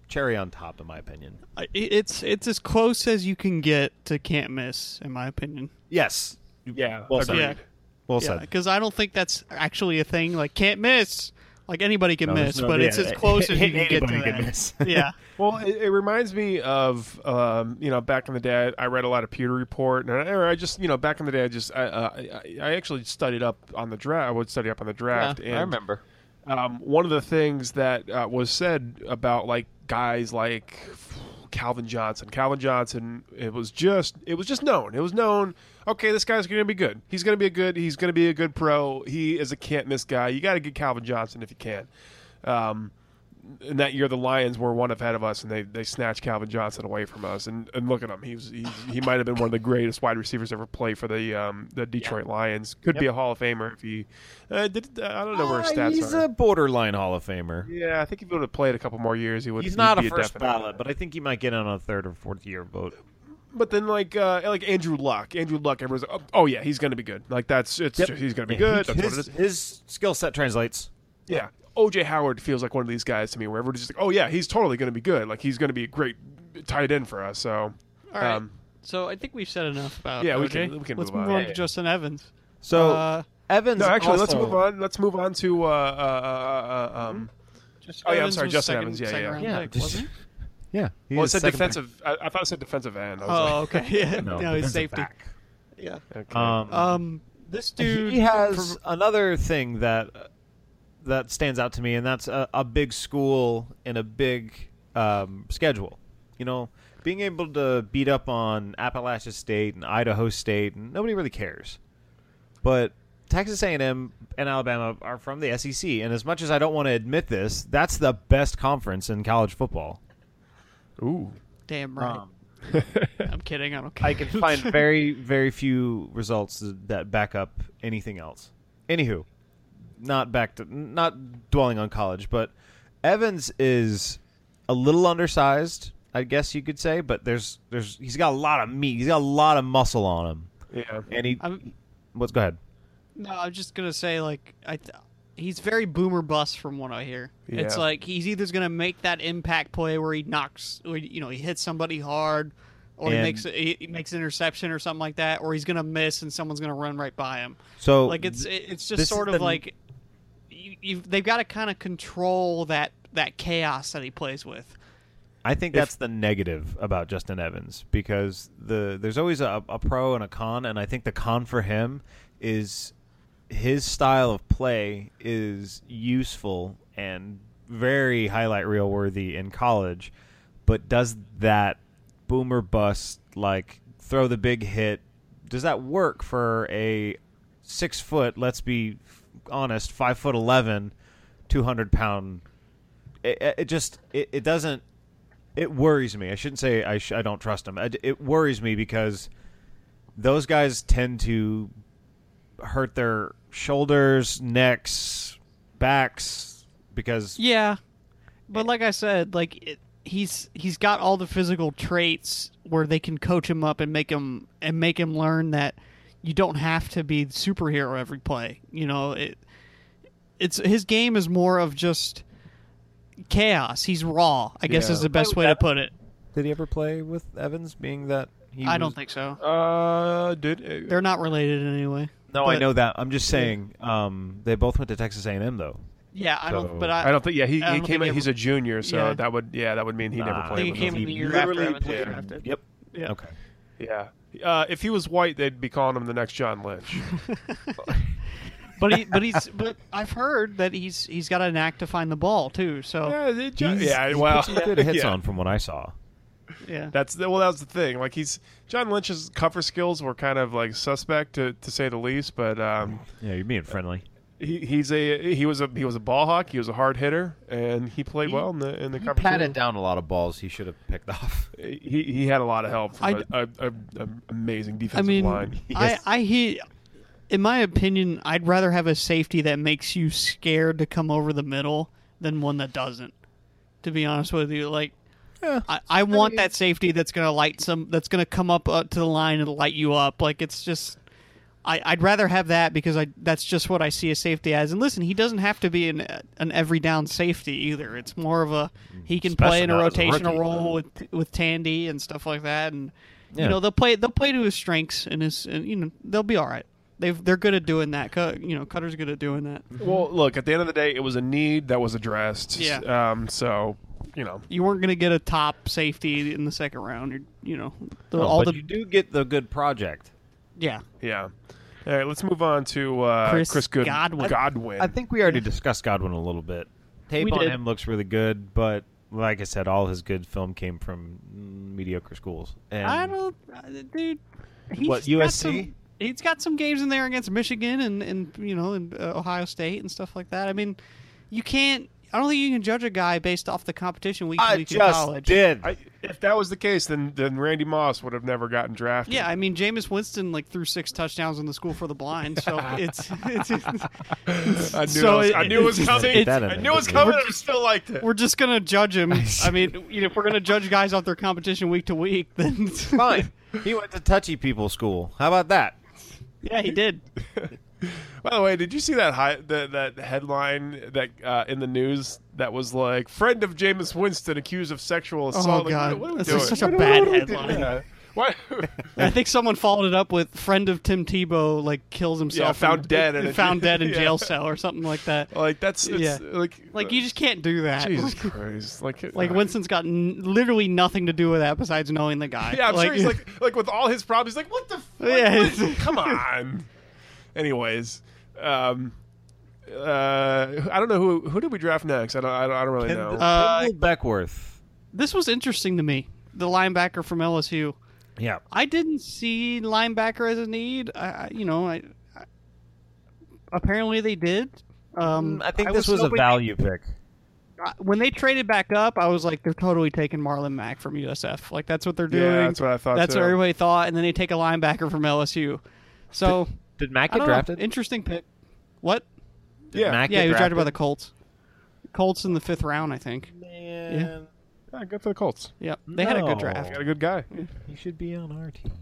Speaker 2: cherry on top in my opinion.
Speaker 3: I- it- It's it's as close as you can get to can't miss, in my opinion.
Speaker 2: Yes.
Speaker 1: Yeah.
Speaker 2: Well said.
Speaker 3: Yeah.
Speaker 2: Well
Speaker 3: Yeah,
Speaker 2: said.
Speaker 3: because I don't think that's actually a thing. Like can't miss. Like anybody can
Speaker 2: No, there's
Speaker 3: miss,
Speaker 2: no-
Speaker 3: but
Speaker 2: yeah,
Speaker 3: it's as
Speaker 2: it-
Speaker 3: close as you
Speaker 2: hitting
Speaker 3: can get to
Speaker 2: anybody
Speaker 3: that.
Speaker 2: can miss.
Speaker 3: yeah.
Speaker 1: Well, it, it reminds me of um, you know back in the day I read a lot of Pewter Report and I, or I just you know back in the day I just I, uh, I, I actually studied up on the draft I would study up on the draft and um, one of the things that uh, was said about like guys like Calvin Johnson. Calvin Johnson. It was just it was just known. It was known. Okay, this guy's going to be good. He's going to be a good. He's going to be a good pro. He is a can't miss guy. You got to get Calvin Johnson if you can. Um, in that year, the Lions were one ahead of us, and they, they snatched Calvin Johnson away from us. And, and look at him; he was he, he might have been one of the greatest wide receivers ever play for the um, the Detroit Lions. Could be a Hall of Famer if he. Uh, did, I don't know where his
Speaker 2: Ah,
Speaker 1: stats
Speaker 2: he's
Speaker 1: are.
Speaker 2: a borderline Hall of Famer.
Speaker 1: Yeah, I think if he would have played a couple more years, he would.
Speaker 2: He's
Speaker 1: he'd
Speaker 2: not
Speaker 1: be
Speaker 2: a first
Speaker 1: definite.
Speaker 2: ballot, but I think he might get on a third or fourth year vote.
Speaker 1: But then, like, uh, like Andrew Luck, Andrew Luck, everyone's like, oh, oh yeah, he's gonna be good. Like that's it's
Speaker 2: Yep.
Speaker 1: he's gonna be good. That's what it
Speaker 2: His,
Speaker 1: is.
Speaker 2: his skill set translates.
Speaker 1: Yeah. OJ Howard feels like one of these guys to me, where everybody's just like, oh yeah, he's totally gonna be good. Like he's gonna be a great tight end for us. So,
Speaker 3: All right.
Speaker 1: um,
Speaker 3: so I think we've said enough about
Speaker 1: Yeah, we
Speaker 3: OJ.
Speaker 1: can- we can
Speaker 3: Let's
Speaker 1: move
Speaker 3: move
Speaker 1: on.
Speaker 3: on
Speaker 1: Yeah,
Speaker 3: to
Speaker 1: yeah.
Speaker 3: Justin Evans.
Speaker 2: So
Speaker 3: Uh,
Speaker 2: Evans.
Speaker 1: no, actually, let's
Speaker 2: also-
Speaker 1: move on. Let's move on to uh, uh, uh, uh, um.
Speaker 3: Justin
Speaker 1: Oh, yeah, I'm
Speaker 3: Evans
Speaker 1: sorry,
Speaker 3: was
Speaker 1: Justin
Speaker 3: second,
Speaker 1: Evans. Yeah,
Speaker 3: second
Speaker 1: yeah.
Speaker 3: round
Speaker 2: Yeah,
Speaker 3: pick, wasn't he?
Speaker 2: yeah. he
Speaker 1: Well, it
Speaker 2: is
Speaker 1: said
Speaker 2: second back.
Speaker 1: defensive. I, I thought it said defensive end. I was
Speaker 3: Oh, okay. Yeah, no, he's
Speaker 2: defensive
Speaker 3: safety.
Speaker 2: back.
Speaker 3: Yeah.
Speaker 1: like, okay.
Speaker 2: Um,
Speaker 3: Um, this dude
Speaker 2: he has another thing that uh, that stands out to me, and that's a, a big school and a big um, schedule. You know, being able to beat up on Appalachia State and Idaho State, and nobody really cares. But Texas A&M and Alabama are from the SEC, and as much as I don't want to admit this, that's the best conference in college football. Oh.
Speaker 1: Ooh.
Speaker 3: damn right.
Speaker 2: Um,
Speaker 3: I'm kidding. I don't care.
Speaker 2: I can find very, very few results that back up anything else. Anywho, not back to not dwelling on college, but Evans is a little undersized, I guess you could say, but there's there's he's got a lot of meat, he's got a lot of muscle on him,
Speaker 1: Yeah.
Speaker 2: and he.
Speaker 3: I'm-
Speaker 2: Let's go ahead.
Speaker 3: No, I'm just gonna say like I, th- he's very boomer bust from what I hear. It's
Speaker 1: Yeah.
Speaker 3: like he's either gonna make that impact play where he knocks, or, you know, he hits somebody hard, or he
Speaker 2: And-
Speaker 3: makes a, he he makes an interception or something like that, or he's gonna miss and someone's gonna run right by him.
Speaker 2: So
Speaker 3: Like it's it- it's
Speaker 2: this
Speaker 3: just
Speaker 2: is
Speaker 3: sort
Speaker 2: the
Speaker 3: of
Speaker 2: n-
Speaker 3: like you, you've, they've got to kind of control that that chaos that he plays with.
Speaker 2: I think that's the negative about Justin Evans because the there's always a, a pro and a con, and I think the con for him is his style of play is useful and very highlight reel worthy in college, but does that boomer bust like throw the big hit? Does that work for a six foot? Let's be honest, five foot eleven, two hundred pound it, it- it just it, it doesn't it worries me i shouldn't say i, sh- I don't trust him it, it worries me because those guys tend to hurt their shoulders necks backs because
Speaker 3: Yeah, but like I said, like it, he's he's got all the physical traits where they can coach him up and make him and make him learn that you don't have to be the superhero every play. You know, it it's his game is more of just chaos. He's raw, I guess
Speaker 1: Yeah.
Speaker 3: is the best way to put it.
Speaker 2: did he ever play with evans being that he
Speaker 3: I don't
Speaker 2: was-
Speaker 3: think so.
Speaker 1: Uh, dude. uh,
Speaker 3: They're not related in any way.
Speaker 2: no i
Speaker 3: but-
Speaker 2: know that i'm just saying um, they both went to texas a&m though
Speaker 3: Yeah, I
Speaker 2: So-
Speaker 3: don't. But
Speaker 1: I
Speaker 3: I,
Speaker 1: don't think. Yeah, he,
Speaker 3: I
Speaker 1: he
Speaker 3: don't
Speaker 1: came
Speaker 3: think he
Speaker 1: in. He's
Speaker 3: ever-
Speaker 1: a junior, so
Speaker 3: Yeah.
Speaker 1: that would. Yeah, that would mean he
Speaker 2: Nah.
Speaker 1: never
Speaker 2: I
Speaker 1: played.
Speaker 3: think he
Speaker 1: with
Speaker 3: came
Speaker 1: us.
Speaker 3: in the year
Speaker 1: literally
Speaker 3: after Evans was
Speaker 1: played-
Speaker 3: drafted.
Speaker 2: yep
Speaker 3: Yeah.
Speaker 2: okay
Speaker 1: Yeah. Uh, if he was white, they'd be calling him the next John Lynch.
Speaker 3: but he, but he's, but I've heard that he's he's got a knack to find the ball too. So
Speaker 1: yeah, they ju-
Speaker 2: He's-
Speaker 1: yeah,
Speaker 2: he's
Speaker 1: well,
Speaker 2: put some good hits
Speaker 1: yeah.
Speaker 2: on from what i saw
Speaker 3: yeah,
Speaker 1: That's the, well, that's the thing. Like he's John Lynch's cover skills were kind of like suspect to, to say the least, but um,
Speaker 2: yeah you're being friendly
Speaker 1: he, he's a he was a he was a ball hawk. He was a hard hitter, and he played well in the in the cover.
Speaker 2: patted down a lot of balls he should have picked off
Speaker 1: He he had a lot of help
Speaker 3: I
Speaker 1: from
Speaker 3: d-
Speaker 1: a a- a- a amazing
Speaker 3: I
Speaker 1: defensive
Speaker 3: mean,
Speaker 1: line.
Speaker 2: Yes.
Speaker 3: I, I he, in my opinion, I'd rather have a safety that makes you scared to come over the middle than one that doesn't. To be honest with you, like
Speaker 2: Yeah.
Speaker 3: I, I want that safety that's gonna light some, that's gonna come up uh, to the line and light you up. Like it's just, I, I'd rather have that because I that's just what I see a safety as. And listen, he doesn't have to be an an every down safety either. It's more of a he can play in a
Speaker 2: Especially not as a
Speaker 3: rotational
Speaker 2: rookie.
Speaker 3: role with with Tandy and stuff like that, and
Speaker 2: Yeah.
Speaker 3: you know they'll play they'll play to his strengths and his and you know they'll be all right. They've they're good at doing that. Cut, you know, Cutter's good at doing that.
Speaker 1: Well, look at the end of the day, it was a need that was addressed.
Speaker 3: Yeah.
Speaker 1: Um. So you know,
Speaker 3: You weren't gonna get a top safety in the second round. You're, you know, the,
Speaker 2: Oh,
Speaker 3: all
Speaker 2: but
Speaker 3: the
Speaker 2: you do get the good project.
Speaker 3: yeah.
Speaker 1: yeah. All right, let's move on to uh,
Speaker 3: Chris
Speaker 1: Good-
Speaker 3: Godwin.
Speaker 1: Godwin.
Speaker 2: I think we already discussed Godwin a little bit. Tape
Speaker 3: We
Speaker 2: on
Speaker 3: did.
Speaker 2: him looks really good, but like I said, all his good film came from mm, mediocre schools. And
Speaker 3: I don't, uh, dude. He's
Speaker 2: What,
Speaker 3: got
Speaker 2: USC?
Speaker 3: some- he's got some games in there against Michigan and and you know and uh, Ohio State and stuff like that. I mean, you can't. I don't think you can judge a guy based off the competition week to
Speaker 2: I
Speaker 3: week in
Speaker 2: just
Speaker 3: college.
Speaker 2: did.
Speaker 1: I, if that was the case, then then Randy Moss would have never gotten drafted.
Speaker 3: Yeah, I mean, Jameis Winston like threw six touchdowns in the school for the blind, so it's it's,
Speaker 1: I knew,
Speaker 3: So
Speaker 1: it was,
Speaker 3: it-
Speaker 1: I knew it was
Speaker 3: it's-
Speaker 1: coming.
Speaker 2: it's-
Speaker 1: I knew it was coming. and I still liked it.
Speaker 3: we're just gonna judge him. I mean, you know, if we're gonna judge guys off their competition week to week, then
Speaker 2: Fine. he went to touchy people school. How about that?
Speaker 3: yeah, he did.
Speaker 1: By the way, did you see that high, that, that headline that uh, in the news that was like friend of Jameis Winston accused of sexual assault? Like,
Speaker 3: Oh, God.
Speaker 1: what, what are we
Speaker 3: That's
Speaker 1: doing?
Speaker 3: such a
Speaker 1: What are-
Speaker 3: bad
Speaker 1: what are we
Speaker 3: headline.
Speaker 1: doing? Yeah. Why-
Speaker 3: I think someone followed it up with friend of Tim Tebow like kills himself.
Speaker 1: Yeah, found
Speaker 3: in-
Speaker 1: dead in a-
Speaker 3: found dead in
Speaker 1: yeah.
Speaker 3: jail cell or something like that.
Speaker 1: like that's it's,
Speaker 3: Yeah.
Speaker 1: like
Speaker 3: Like you just can't do that.
Speaker 1: Jesus
Speaker 3: Like,
Speaker 1: Christ! Like uh,
Speaker 3: like, Winston's got n- literally nothing to do with that besides knowing the guy.
Speaker 1: Yeah, I'm sure he's like like with all his problems, he's like, what the? Fuck?
Speaker 3: Yeah,
Speaker 1: What-
Speaker 3: it's-
Speaker 1: come on. Anyways, um, uh, I don't know who who did we draft next. I don't I don't, I don't really know.
Speaker 3: Uh,
Speaker 2: Kendall Beckworth.
Speaker 3: this was interesting to me. The linebacker from LSU.
Speaker 2: Yeah.
Speaker 3: I didn't see linebacker as a need. I, I you know, I, I apparently they did.
Speaker 1: Mm.
Speaker 3: Um,
Speaker 2: I think this was, a
Speaker 3: hoping-
Speaker 2: value pick.
Speaker 3: I- When they traded back up, I was like, they're totally taking Marlon Mack from USF. Like that's what they're doing.
Speaker 1: yeah, that's what I thought.
Speaker 3: That's
Speaker 1: too.
Speaker 3: what everybody thought, and then they take a linebacker from LSU. So
Speaker 2: Did Mac
Speaker 3: I
Speaker 2: get
Speaker 3: don't know.
Speaker 2: drafted?
Speaker 3: Interesting pick. What?
Speaker 2: Did
Speaker 1: Yeah.
Speaker 2: Mac
Speaker 3: yeah,
Speaker 2: get
Speaker 3: he was drafted
Speaker 2: drafted
Speaker 3: by the Colts. Colts in the fifth round, I think.
Speaker 2: Man,
Speaker 1: Yeah, good for the Colts.
Speaker 3: Yep, they had a good
Speaker 2: No.
Speaker 1: Got
Speaker 3: draft.
Speaker 1: a good guy.
Speaker 2: he should be on our team.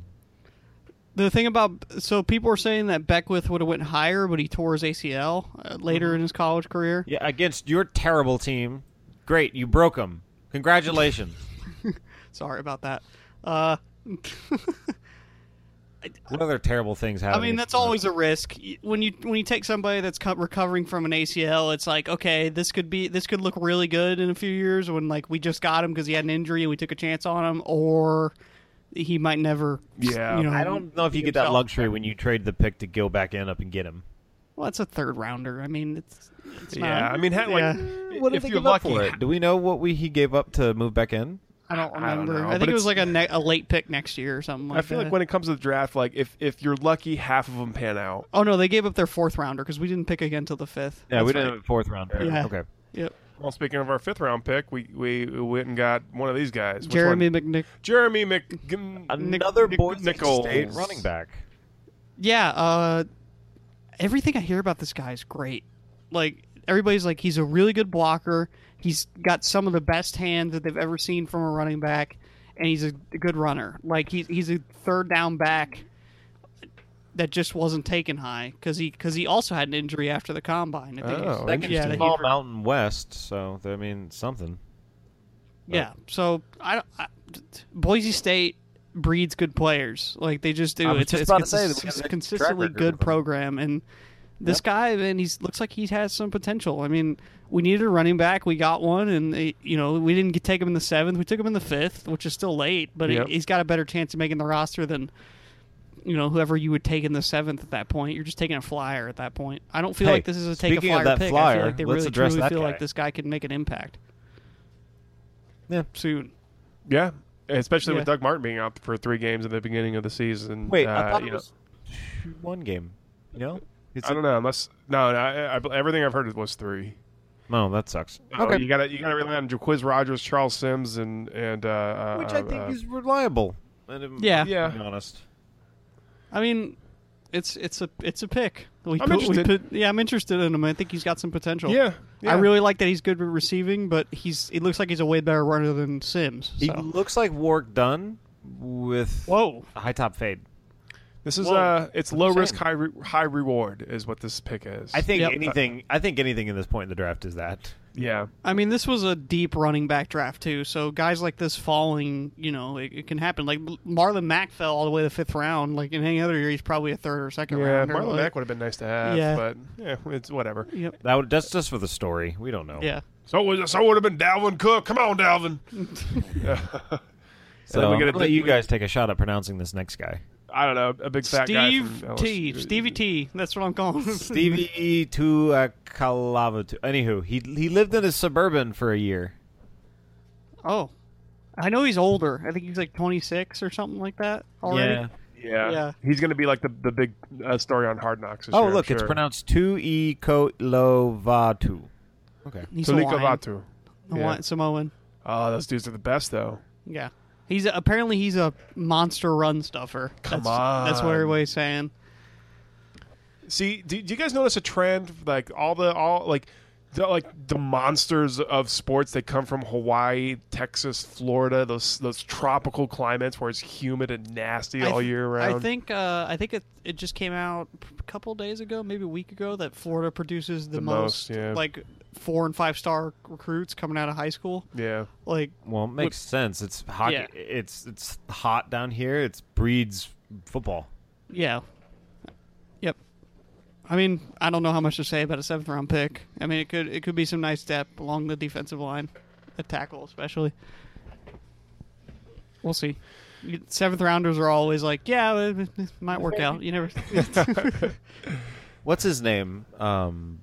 Speaker 3: The thing about so people were saying that Beckwith would have went higher, but he tore his ACL uh, later
Speaker 1: Mm-hmm.
Speaker 3: in his college career.
Speaker 2: Yeah, against your terrible team. Great, you broke him. Congratulations.
Speaker 3: Sorry about that. Uh,
Speaker 2: what other terrible things
Speaker 3: I
Speaker 2: happened?
Speaker 3: mean, that's always a risk Y- when you when you take somebody that's co- recovering from an ACL. It's like, okay, this could be this could look really good in a few years when like we just got him because he had an injury and we took a chance on him, or he might never.
Speaker 1: Yeah.
Speaker 3: you know,
Speaker 2: I don't know if you get that
Speaker 3: himself.
Speaker 2: luxury when you trade the pick to go back in up and get him.
Speaker 3: Well, it's a third rounder. I mean, it's, it's not.
Speaker 1: Yeah, I mean, ha- like,
Speaker 3: yeah.
Speaker 2: What
Speaker 1: if
Speaker 2: did they
Speaker 1: you're
Speaker 2: give up
Speaker 1: lucky,
Speaker 2: for it? Do we know what we he gave up to move back in?
Speaker 3: I don't
Speaker 1: I don't
Speaker 3: remember. I,
Speaker 1: know, but
Speaker 3: think it was
Speaker 1: it's-
Speaker 3: like a, ne- a late pick next year or something. Like
Speaker 1: I feel
Speaker 3: that.
Speaker 1: like when it comes to the draft, like if if you're lucky, half of them pan out.
Speaker 3: Oh no, they gave up their fourth rounder because we didn't pick again till the fifth.
Speaker 2: Yeah, we
Speaker 3: That's
Speaker 2: didn't have a fourth round pick.
Speaker 3: Yeah.
Speaker 2: Okay.
Speaker 3: right. Yep.
Speaker 1: Well, speaking of our fifth round pick, we we went and got one of these guys. Which
Speaker 3: Jeremy
Speaker 1: one?
Speaker 3: McNick.
Speaker 1: Jeremy Mc. Gim-
Speaker 2: Another
Speaker 1: Nic-
Speaker 2: Boise
Speaker 1: Nichols.
Speaker 2: State running back.
Speaker 3: Yeah. Uh, everything I hear about this guy is great. Like everybody's like, he's a really good blocker. He's got some of the best hands that they've ever seen from a running back, and he's a good runner. Like he's he's a third down back that just wasn't taken high because he because he also had an injury after the combine. I think
Speaker 1: Oh,
Speaker 3: it's-
Speaker 1: That
Speaker 2: That
Speaker 1: can
Speaker 3: yeah,
Speaker 2: yeah,
Speaker 3: that he
Speaker 2: small Mountain West, so I mean something.
Speaker 3: Yeah. So I, don't- I Boise State breeds good players. Like they just do.
Speaker 2: I was
Speaker 3: it's
Speaker 2: just
Speaker 3: it's,
Speaker 2: about to
Speaker 3: it's,
Speaker 2: say that we have
Speaker 3: it's
Speaker 2: a
Speaker 3: a
Speaker 2: track
Speaker 3: consistently
Speaker 2: record
Speaker 3: good
Speaker 2: with them.
Speaker 3: program, and this guy, man, he's looks like he has some potential. I mean, we needed a running back, we got one, and eh, you know we didn't get, take him in the seventh, we took him in the fifth, which is still late, but
Speaker 1: Yep.
Speaker 3: he, he's got a better chance of making the roster than. You know, whoever you would take in the seventh at that point, you're just taking a flyer at that point. I don't feel
Speaker 2: Hey,
Speaker 3: like this is a take a
Speaker 2: speaking of
Speaker 3: flyer
Speaker 2: that
Speaker 3: pick. I
Speaker 2: flyer,
Speaker 3: feel like they
Speaker 2: let's
Speaker 3: really
Speaker 2: address
Speaker 3: truly
Speaker 2: that
Speaker 3: feel
Speaker 2: guy.
Speaker 3: like this guy can make an impact
Speaker 2: Yeah.
Speaker 3: soon.
Speaker 1: Yeah, especially with
Speaker 3: Yeah.
Speaker 1: Doug Martin being out for three games at the beginning of the season.
Speaker 2: Wait,
Speaker 1: uh,
Speaker 2: I thought
Speaker 1: you
Speaker 2: it
Speaker 1: know,
Speaker 2: was one game. You know? It's
Speaker 1: I don't know. Unless no, no I, I, everything I've heard was three.
Speaker 2: No, that sucks.
Speaker 1: Oh, you gotta you gotta rely on Jaquiz Rogers, Charles Sims, and and uh,
Speaker 2: Which
Speaker 1: uh,
Speaker 2: I think
Speaker 1: uh,
Speaker 2: is reliable. And I'm
Speaker 3: Yeah.
Speaker 1: Yeah.
Speaker 2: being honest.
Speaker 3: I mean, it's it's a it's a pick. We
Speaker 1: I'm
Speaker 3: put,
Speaker 1: interested.
Speaker 3: We put, yeah, I'm interested in him. I think he's got some potential.
Speaker 1: yeah, yeah.
Speaker 3: I really like that he's good at receiving, but he's it looks like he's a way better runner than Sims.
Speaker 2: He
Speaker 3: so.
Speaker 2: looks like Warwick Dunn with
Speaker 3: Whoa,
Speaker 2: a high top fade.
Speaker 1: This is
Speaker 2: Whoa.
Speaker 1: uh, it's low
Speaker 2: Same.
Speaker 1: risk, high re- high reward is what this pick is.
Speaker 2: I think
Speaker 3: Yep.
Speaker 2: anything. I think anything in this point in the draft is that.
Speaker 1: Yeah,
Speaker 3: I mean, this was a deep running back draft too. So guys like this falling, you know, it, it can happen. Like Marlon Mack fell all the way to the fifth round. Like in any other year, he's probably a third or second
Speaker 1: yeah.
Speaker 3: round.
Speaker 1: Marlon Mack would have been nice to have,
Speaker 3: Yeah.
Speaker 1: but yeah, it's whatever.
Speaker 3: Yep.
Speaker 2: That would, that's just for the story. We don't know.
Speaker 3: Yeah.
Speaker 1: So was so would have been Dalvin Cook. Come on, Dalvin.
Speaker 2: So
Speaker 1: then we
Speaker 2: I'm
Speaker 1: get a
Speaker 2: gonna let
Speaker 1: big-
Speaker 2: you guys take a shot at pronouncing this next guy,
Speaker 1: I don't know. A big fat guy.
Speaker 3: Steve
Speaker 1: from
Speaker 3: T.
Speaker 1: LSU.
Speaker 3: Stevie T. That's what I'm calling. him.
Speaker 2: Stevie uh, Tuakalava. Anywho, he he lived in a suburban for a year.
Speaker 3: Oh, I know he's older. I think he's like 26 or something like that already.
Speaker 2: Yeah.
Speaker 1: Yeah.
Speaker 3: Yeah.
Speaker 1: He's going to be like the, the big uh, story on Hard Knocks. this
Speaker 2: Oh,
Speaker 1: year, I'm
Speaker 2: look, it's
Speaker 1: sure.
Speaker 2: pronounced E Tuikolovatu. Okay.
Speaker 3: He's
Speaker 1: Tuliko
Speaker 3: Hawaiian,
Speaker 1: Vatu.
Speaker 3: Hawaiian Samoan.
Speaker 1: Oh, those dudes are the best, though.
Speaker 3: Yeah. He's a, apparently he's a monster run stuffer.
Speaker 1: Come
Speaker 3: that's, That's what
Speaker 1: on.
Speaker 3: everybody's saying.
Speaker 1: See, do, do you guys notice a trend? Like all the all like the, like the monsters of sports that come from Hawaii, Texas, Florida, those those tropical climates where it's humid and nasty
Speaker 3: I
Speaker 1: all
Speaker 3: th-
Speaker 1: year round.
Speaker 3: I think uh, I think it, it just came out a couple days ago, maybe a week ago, that Florida produces the,
Speaker 1: The most,
Speaker 3: most,
Speaker 1: yeah.
Speaker 3: like four and five star recruits coming out of high school.
Speaker 1: yeah.
Speaker 3: Like
Speaker 2: Well, it makes sense. It's hockey.
Speaker 3: Yeah.
Speaker 2: It's it's hot down here. It's breeds football.
Speaker 3: Yeah. Yep. I mean, I don't know how much to say about a seventh round pick. I mean, it could it could be some nice step along the defensive line, a tackle especially. We'll see. You- Seventh rounders are always like, yeah, it it might work out. You never.
Speaker 2: What's his name? Um,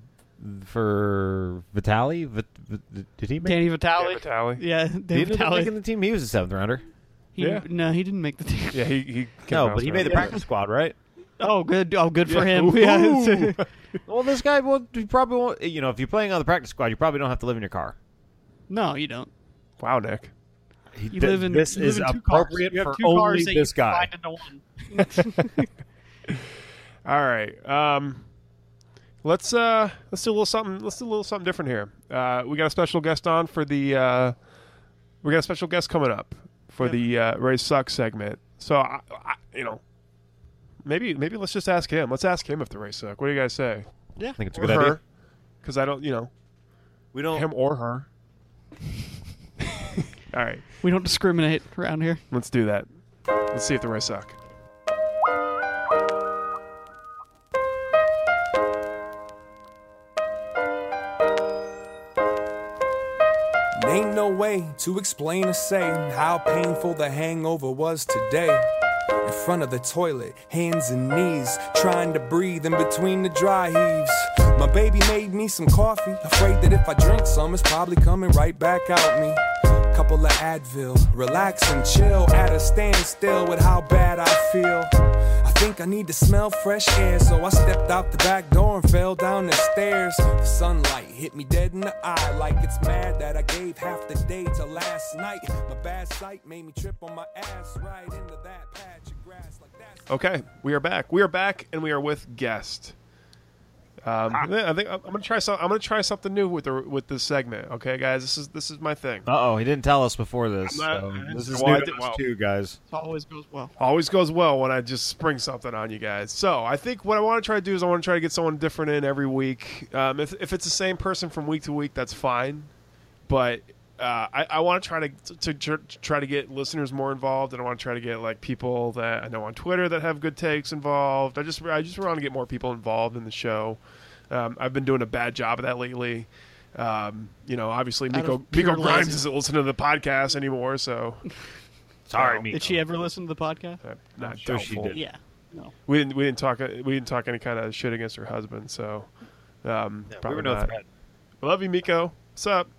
Speaker 2: for Vitali? Vit- Vit- did he make?
Speaker 3: Danny Vitale.
Speaker 1: Yeah, Vitale.
Speaker 3: Yeah,
Speaker 2: He
Speaker 3: Danny
Speaker 2: ended up making
Speaker 3: Vitale.
Speaker 2: the team. He was a seventh rounder.
Speaker 3: He,
Speaker 1: Yeah.
Speaker 3: No, he didn't make the team.
Speaker 1: Yeah, he, he can
Speaker 2: no,
Speaker 1: bounce
Speaker 2: but he made the
Speaker 1: around.
Speaker 2: practice squad, right?
Speaker 3: Oh, good. Oh, good for
Speaker 1: Yeah.
Speaker 3: him. Yeah.
Speaker 2: Well, this guy, well, you probably won't. You know, if you're playing on the practice squad, you probably don't have to live in your car.
Speaker 3: no, you don't.
Speaker 1: Wow, Nick.
Speaker 3: You live in.
Speaker 2: this
Speaker 3: you
Speaker 2: is
Speaker 3: live in two cars.
Speaker 2: appropriate
Speaker 3: You have
Speaker 2: for
Speaker 3: two cars
Speaker 2: only
Speaker 3: that
Speaker 2: this
Speaker 3: you can
Speaker 2: guy.
Speaker 3: combine into one.
Speaker 1: All right. Um, let's uh, let's do a little something. Let's do a little something different here. Uh, we got a special guest on for the. Uh, we got a special guest coming up for the uh, Rays suck segment. So I, I, you know, maybe maybe let's just ask him. Let's ask him if the Rays suck. What do you guys say?
Speaker 3: Yeah.
Speaker 2: I think it's a
Speaker 1: Or
Speaker 2: good idea.
Speaker 1: her? Because I don't. You know,
Speaker 2: We don't.
Speaker 1: him or her. All right.
Speaker 3: We don't discriminate around here.
Speaker 1: Let's do that. Let's see if the Rays suck.
Speaker 5: Ain't no way to explain or say how painful the hangover was today. In front of the toilet, hands and knees, trying to breathe in between the dry heaves. My baby made me some coffee, afraid that if I drink some, it's probably coming right back out me. Couple of Advil, relax and chill at a standstill with how bad I feel. I think I need to smell fresh air, so I stepped out the back door and fell down the stairs. The sunlight hit me dead in the eye, like it's mad that I gave half the day to last night. My bad sight made me trip on my ass right into that patch of grass. Like that's
Speaker 1: Okay, we are back. We are back, and we are with guest. Um, I think I'm gonna try some, I'm gonna try something new with the with this segment. Okay, guys, this is this is my thing.
Speaker 2: Uh oh, he didn't tell us before this.
Speaker 1: not-
Speaker 2: so
Speaker 1: I-
Speaker 2: this is
Speaker 1: well, I
Speaker 2: new to
Speaker 1: did-
Speaker 2: us
Speaker 1: well.
Speaker 2: too, guys.
Speaker 3: Always goes well.
Speaker 1: Always goes well when I just spring something on you guys. So I think what I want to try to do is I want to try to get someone different in every week. Um, if if it's the same person from week to week, that's fine. But uh, I, I want to try to, to to try to get listeners more involved, and I want to try to get like people that I know on Twitter that have good takes involved. I just I just want to get more people involved in the show. Um, I've been doing a bad job of that lately. Um, you know, obviously Miko
Speaker 3: of pure
Speaker 1: Miko Grimes
Speaker 3: lazy.
Speaker 1: doesn't listen to the podcast anymore, so
Speaker 2: Sorry, me.
Speaker 3: Did she ever listen to the podcast?
Speaker 1: I'm not
Speaker 2: sure she
Speaker 1: doubtful.
Speaker 2: did.
Speaker 3: Yeah. No.
Speaker 1: we didn't we didn't talk we didn't talk any kind of shit against her husband. So um,
Speaker 2: We
Speaker 1: probably
Speaker 2: were no
Speaker 1: not.
Speaker 2: threat.
Speaker 1: Love you, Miko. What's up?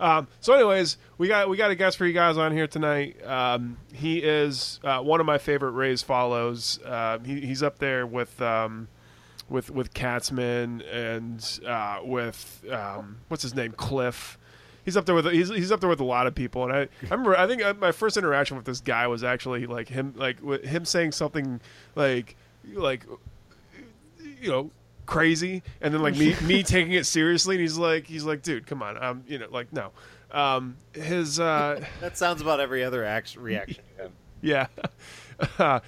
Speaker 1: Um, so, anyways, we got we got a guest for you guys on here tonight. Um, he is uh, one of my favorite Rays follows. Uh, he, he's up there with um, with with Katzman and uh, with um, what's his name Cliff. He's up there with he's, he's up there with a lot of people, and I, I remember I think uh, my first interaction with this guy was actually like him like with him saying something like like you know crazy and then like me me taking it seriously and he's like he's like dude come on um you know like no um his uh
Speaker 2: That sounds about every other act- reaction. you have.
Speaker 1: yeah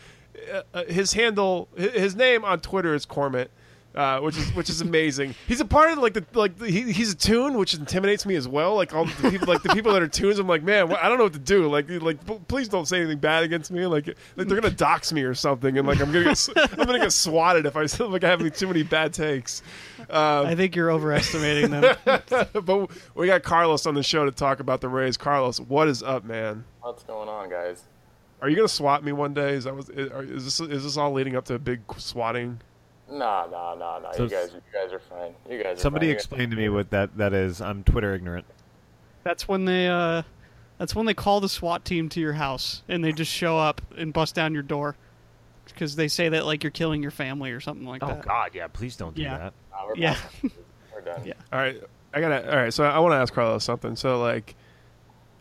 Speaker 1: uh, his handle hi- his name on twitter is cormit uh, which is which is amazing. He's a part of like the like the, he, he's a tune, which intimidates me as well. Like all the people like the people that are tunes, I'm like, man, wh- I don't know what to do. Like like p- please don't say anything bad against me. Like, like they're gonna dox me or something, and like I'm gonna get, s- I'm gonna get swatted if I sound like I have too many bad takes.
Speaker 3: I think you're overestimating them.
Speaker 1: but we got Carlos on the show to talk about the Rays. Carlos, what is up, man?
Speaker 6: What's going on, guys?
Speaker 1: Are you gonna swat me one day? Is that was is are- is this is this all leading up to a big swatting?
Speaker 6: Nah, nah, nah, nah.
Speaker 2: So
Speaker 6: you guys,
Speaker 2: s-
Speaker 6: you guys are fine. You guys. Are
Speaker 2: Somebody
Speaker 6: fine.
Speaker 2: explain to me what that, that is. I'm Twitter ignorant.
Speaker 3: That's when they uh That's when they call the SWAT team to your house and they just show up and bust down your door because they say that like you're killing your family or something like
Speaker 2: Oh
Speaker 3: that.
Speaker 2: God, yeah. Please don't do
Speaker 3: Yeah.
Speaker 2: that.
Speaker 6: Nah, we're
Speaker 3: Yeah.
Speaker 6: past- We're done.
Speaker 3: Yeah.
Speaker 1: All right, I gotta. All right, so I want to ask Carlos something. So like,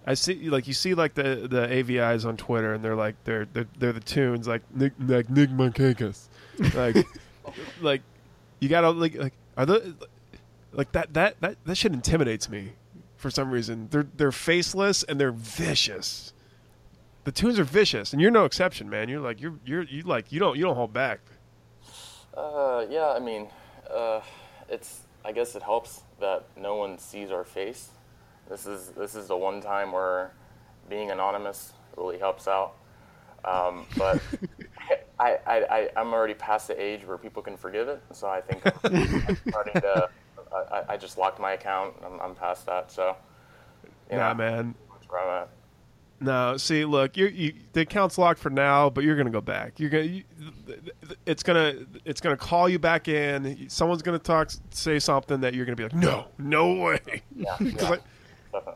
Speaker 1: I see like you see like the the AVIs on Twitter, and they're like they're they're, they're the tunes like Nick like Nick Mankakas, like like you gotta like like are the like that that that that shit intimidates me for some reason. They're they're faceless and they're vicious. The tunes are vicious, and you're no exception, man. You're like you're you're you like you don't you don't hold back.
Speaker 6: Uh, yeah, I mean, uh, it's. I guess it helps that no one sees our face. This is this is the one time where being anonymous really helps out. Um, but I, I, I I'm already past the age where people can forgive it, so I think I'm starting to. I, I- I just locked my account. I'm, I'm past that, so. You
Speaker 1: Nah,
Speaker 6: know,
Speaker 1: man.
Speaker 6: that's where I'm at.
Speaker 1: No, see, look, you, you the account's locked for now, but you're gonna go back. You're gonna, you, th- th- it's gonna, it's gonna call you back in. Someone's gonna talk, say something that you're gonna be like, no, no way.
Speaker 6: Yeah,
Speaker 1: 'Cause
Speaker 6: yeah,
Speaker 1: I- I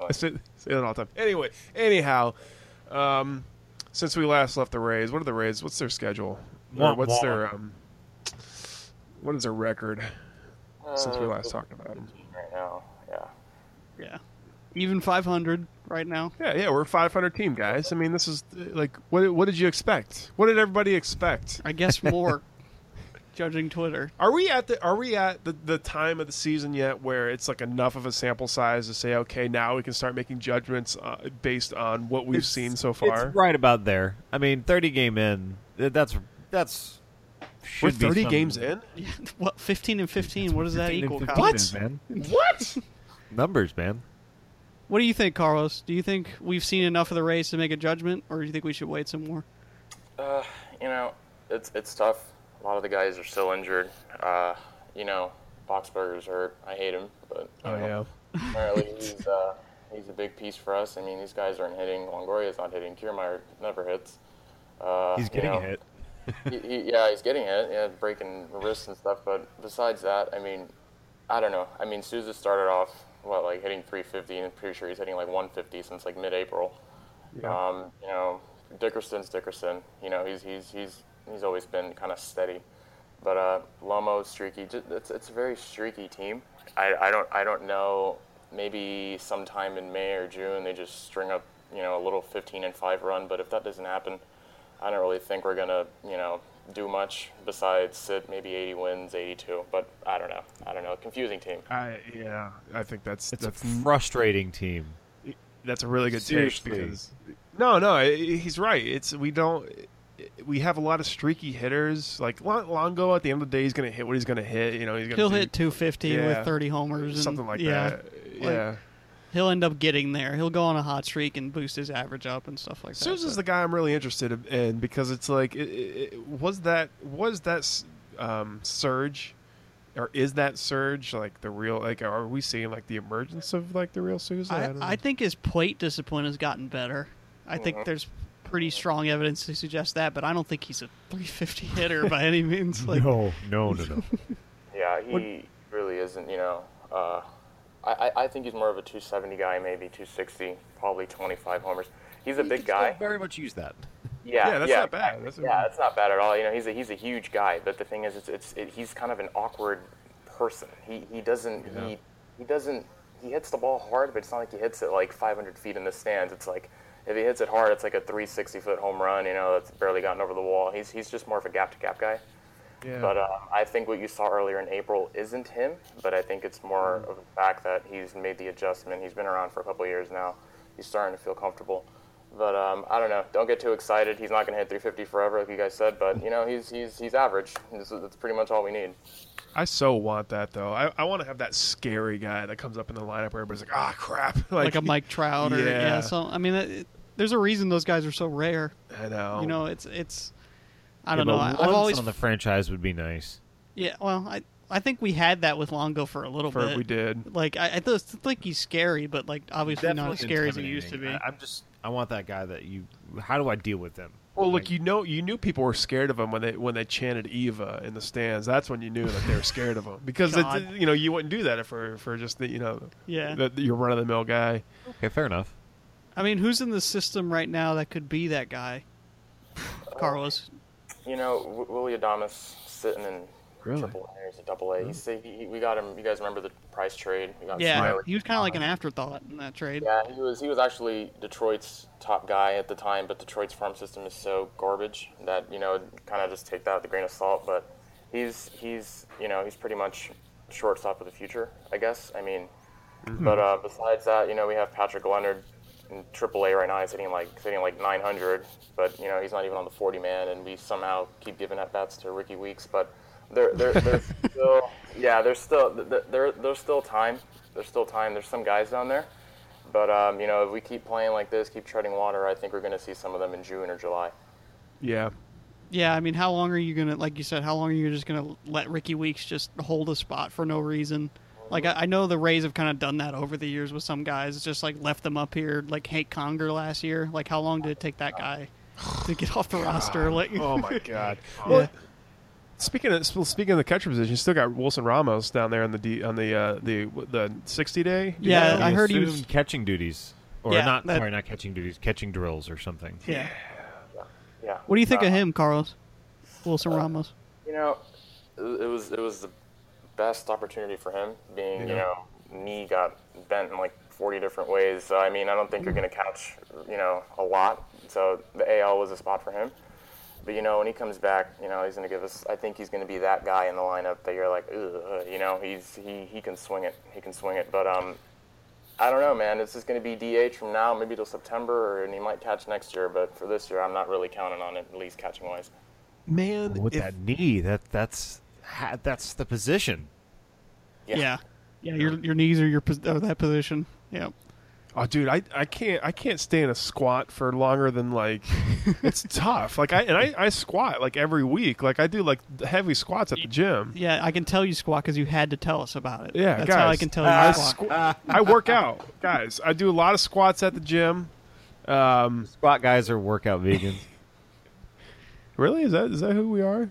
Speaker 6: definitely.
Speaker 1: say, say that all the time. Anyway, anyhow, um, since we last left the Rays, what are the Rays? What's their schedule? Or
Speaker 2: Wah,
Speaker 1: what's
Speaker 2: wah.
Speaker 1: their um, what is their record since we
Speaker 6: Uh,
Speaker 1: last talked about them?
Speaker 6: Right now, yeah.
Speaker 3: Yeah. Even 500 right now.
Speaker 1: Yeah, yeah, we're a 500 team guys. I mean, this is uh, like, what, what did you expect? What did everybody expect?
Speaker 3: I guess more. judging Twitter.
Speaker 1: Are we at the are we at the, the time of the season yet where it's like enough of a sample size to say okay now we can start making judgments uh, based on what we've seen so far?
Speaker 2: It's right about there. I mean, thirty game in. th- That's that's.
Speaker 1: We're
Speaker 2: should be
Speaker 1: thirty
Speaker 2: some-
Speaker 1: games in.
Speaker 3: What 15 and 15? What does that
Speaker 2: 15 and
Speaker 3: equal?
Speaker 2: 15
Speaker 3: Kyle?
Speaker 2: is, man.
Speaker 1: What?
Speaker 2: Numbers, man.
Speaker 3: What do you think, Carlos? Do you think we've seen enough of the race to make a judgment, or do you think we should wait some more?
Speaker 6: Uh, you know, it's it's tough. A lot of the guys are still injured. Uh, you know, Boxberger's hurt. I hate him, but you
Speaker 1: Oh
Speaker 6: know,
Speaker 1: yeah.
Speaker 6: apparently he's uh, he's a big piece for us. I mean, these guys aren't hitting. Longoria's not hitting. Kiermaier never hits. Uh,
Speaker 2: He's
Speaker 6: you
Speaker 2: getting
Speaker 6: know,
Speaker 2: hit.
Speaker 6: he- he- yeah, he's getting hit. Yeah, breaking wrists and stuff. But besides that, I mean, I don't know. I mean, Souza started off what like hitting 350, and I'm pretty sure he's hitting like 150 since like mid-April. Um, you know, Dickerson's Dickerson. You know, he's he's he's he's always been kind of steady. But uh, Lomo streaky. ju- It's it's a very streaky team. I, I don't I don't know. Maybe sometime in May or June they just string up you know a little 15 and five run. But if that doesn't happen, I don't really think we're gonna you know do much besides sit maybe 80 wins, 82. But I don't know. I don't know. Confusing team.
Speaker 1: I yeah. I think that's
Speaker 2: It's
Speaker 1: that's
Speaker 2: a frustrating team.
Speaker 1: that's a really good take
Speaker 2: Seriously.
Speaker 1: because no no I- he's right. It's we don't we have a lot of streaky hitters like Lon- Longo. At the end of the day, he's going to hit what he's going to hit. You know, he's going to
Speaker 3: He'll hit 250
Speaker 1: Yeah.
Speaker 3: with 30 homers, and,
Speaker 1: something like
Speaker 3: yeah,
Speaker 1: that. Yeah.
Speaker 3: He'll end up getting there. He'll go on a hot streak and boost his average up and stuff like that.
Speaker 1: Sousa's
Speaker 3: but-
Speaker 1: the guy I'm really interested in because it's like it, it, it- was that was that s- um, surge or is that surge like the real like are we seeing like the emergence of like the real Sousa?
Speaker 3: I,
Speaker 1: don't know.
Speaker 3: I think his plate discipline has gotten better. I think there's pretty strong evidence to suggest that, but I don't think he's a 350 hitter by any means. Like,
Speaker 2: no, no, no, no.
Speaker 6: Yeah, he really isn't. You know, uh, I, I I think he's more of a 270 guy, maybe 260, probably 25 homers. He's a big guy.
Speaker 2: Very much use that.
Speaker 6: Yeah,
Speaker 1: Yeah, that's not bad.
Speaker 6: exactly.
Speaker 1: That's a-
Speaker 6: yeah, that's not bad at all. You know, he's a, he's a huge guy, but the thing is, it's, it's it, he's kind of an awkward person. He he doesn't he he doesn't he hits the ball hard, but it's not like he hits it like 500 feet in the stands. It's like if he hits it hard, it's like a 360 foot home run. You know, that's barely gotten over the wall. He's he's just more of a gap to gap guy.
Speaker 1: yeah.
Speaker 6: But um, I think what you saw earlier in April isn't him, but I think it's more
Speaker 1: Mm.
Speaker 6: of the fact that he's made the adjustment. He's been around for a couple of years now. He's starting to feel comfortable. But um, I don't know. Don't get too excited. He's not going to hit 350 forever, like you guys said. But you know, he's he's he's average. This is- That's pretty much all we need.
Speaker 1: I so want that though. I, I want to have that scary guy that comes up in the lineup where everybody's like, ah, crap,
Speaker 3: like a Mike Trout or yeah.
Speaker 1: Yeah.
Speaker 3: so I mean, it, there's a reason those guys are so rare.
Speaker 1: I know.
Speaker 3: You know, it's it's. I don't know. I, I've always
Speaker 2: on the franchise would be nice.
Speaker 3: yeah. Well, I I think we had that with Longo for a little
Speaker 1: For-
Speaker 3: bit.
Speaker 1: we did.
Speaker 3: Like I, I just think he's scary, but like obviously not as scary as he used to be.
Speaker 2: I, am just. I want that guy that you. How do I deal with him?
Speaker 1: Well, look, you know, you knew people were scared of him when they when they chanted Eva in the stands. That's when you knew that they were scared of him because it,
Speaker 3: God.
Speaker 1: you know you wouldn't do that for for just the, you know
Speaker 3: Yeah.
Speaker 1: that you're run of the mill guy.
Speaker 2: Okay, fair enough.
Speaker 3: I mean, who's in the system right now that could be that guy? Carlos.
Speaker 6: You know, w- Willie Adamas sitting in
Speaker 1: Really?
Speaker 6: triple A, or is it double A? He's, he, he- we got him. You guys remember the price trade? We got
Speaker 3: Yeah,
Speaker 6: Smiley.
Speaker 3: he was kind of like an afterthought in that trade.
Speaker 6: Yeah, he was. He was actually Detroit's top guy at the time, but Detroit's farm system is so garbage that you know, kind of just take that with a grain of salt. But he's he's you know he's pretty much shortstop of the future, I guess. I mean, but uh, besides that, you know, we have Patrick Leonard in AAA right now. He's hitting like he's hitting like 900, but you know he's not even on the 40 man, and we somehow keep giving at bats to Ricky Weeks. But there, there, there's still yeah, there's still there, there, there's still time. There's still time. There's some guys down there. But um, you know, if we keep playing like this, keep treading water, I think we're going to see some of them in June or July.
Speaker 1: Yeah.
Speaker 3: Yeah, I mean, how long are you gonna, like you said, how long are you just gonna let Ricky Weeks just hold a spot for no reason? Like I, I know the Rays have kind of done that over the years with some guys. It's just like left them up here, like Hank Conger last year. Like how long did it take that guy to get off the roster? Like
Speaker 1: Oh my god. Well, speaking of well, speaking of the catcher position, you still got Wilson Ramos down there on the D, on the uh, the the sixty day.
Speaker 3: yeah, I
Speaker 2: He
Speaker 3: heard he
Speaker 2: assumed
Speaker 3: was.
Speaker 2: catching duties, or
Speaker 3: Yeah,
Speaker 2: not.
Speaker 3: that-
Speaker 2: Sorry, not catching duties, catching drills or something.
Speaker 3: Yeah.
Speaker 6: Yeah.
Speaker 3: What do you think
Speaker 6: Uh,
Speaker 3: of him, Carlos? Wilson Ramos.
Speaker 6: You know, it it was it was the best opportunity for him, being you know knee got bent in like 40 different ways. So I mean, I don't think you're going to catch you know a lot. So the AL was a spot for him. But you know, when he comes back, you know he's going to give us. I think he's going to be that guy in the lineup that you're like, Ugh, you know, he's he he can swing it. He can swing it. But um, I don't know, man. It's just going to be DH from now, maybe till September, or, and he might catch next year. But for this year, I'm not really counting on it, at least catching wise.
Speaker 1: man.
Speaker 2: With
Speaker 1: if-
Speaker 2: that knee, that that's ha- that's the position.
Speaker 3: Yeah. yeah. your your knees are your pos- are that position. Yeah.
Speaker 1: oh, dude, I, I can't I can't stay in a squat for longer than like it's tough. Like I and I, I squat like every week. Like I do like heavy squats at the gym.
Speaker 3: Yeah, I can tell you squat because you had to tell us about it.
Speaker 1: Yeah,
Speaker 3: that's
Speaker 1: guys,
Speaker 3: how I can tell you
Speaker 1: I,
Speaker 3: squat.
Speaker 1: squ- I work out, guys. I do a lot of squats at the gym. Um,
Speaker 2: Squat guys are workout vegans.
Speaker 1: Really? Is that is that who we are?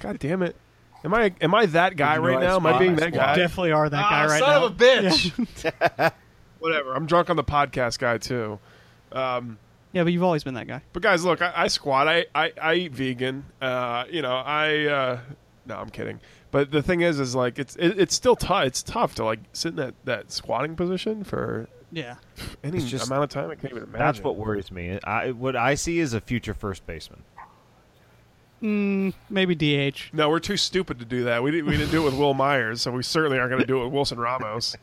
Speaker 1: God damn it! Am I am I that guy
Speaker 2: know
Speaker 1: right
Speaker 2: I
Speaker 1: now? Am I
Speaker 2: squat?
Speaker 1: being
Speaker 2: I
Speaker 1: that
Speaker 2: squat.
Speaker 1: guy?
Speaker 3: Definitely are that guy
Speaker 1: Ah,
Speaker 3: right
Speaker 1: son
Speaker 3: now.
Speaker 1: of a bitch. Whatever. I'm drunk on the podcast guy too.
Speaker 3: Yeah, but you've always been that guy.
Speaker 1: But guys, look, I, I squat. I, I I eat vegan. Uh, you know, I uh, no, I'm kidding. But the thing is, is like it's it, it's still tough. It's tough to like sit in that that squatting position for
Speaker 3: Yeah.
Speaker 1: any
Speaker 2: It's just-
Speaker 1: amount of time. I can't even imagine.
Speaker 2: That's what worries me. I what I see is a future first baseman.
Speaker 3: Maybe DH.
Speaker 1: No, we're too stupid to do that. We didn't, we didn't do it with Will Myers, so we certainly aren't going to do it with Wilson Ramos.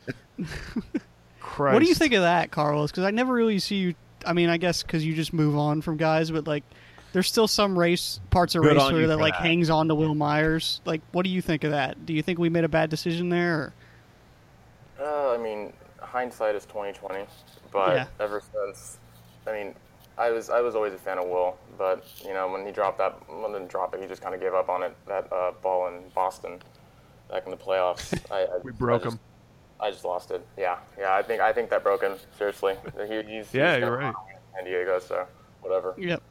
Speaker 1: Christ.
Speaker 3: What do you think of that, Carlos? Because I never really see you. I mean, I guess because you just move on from guys, but like, there's still some race parts of
Speaker 2: Good on
Speaker 3: race where
Speaker 2: you
Speaker 3: that
Speaker 2: for
Speaker 3: like
Speaker 2: that.
Speaker 3: hangs on to Will Myers. Like, what do you think of that? Do you think we made a bad decision there? Or?
Speaker 6: Uh, I mean, hindsight is twenty twenty, but
Speaker 3: Yeah.
Speaker 6: ever since, I mean, I was I was always a fan of Will, but you know when he dropped that, well, didn't drop it. He just kind of gave up on it. That uh, ball in Boston, back in the playoffs, I, I,
Speaker 1: We broke
Speaker 6: I just,
Speaker 1: him.
Speaker 6: I just lost it. Yeah, yeah. I think I think that broke him. Seriously, he, he's
Speaker 1: Yeah,
Speaker 6: he's
Speaker 1: you're
Speaker 6: gonna-
Speaker 1: right.
Speaker 6: San Diego, so whatever.
Speaker 3: Yep.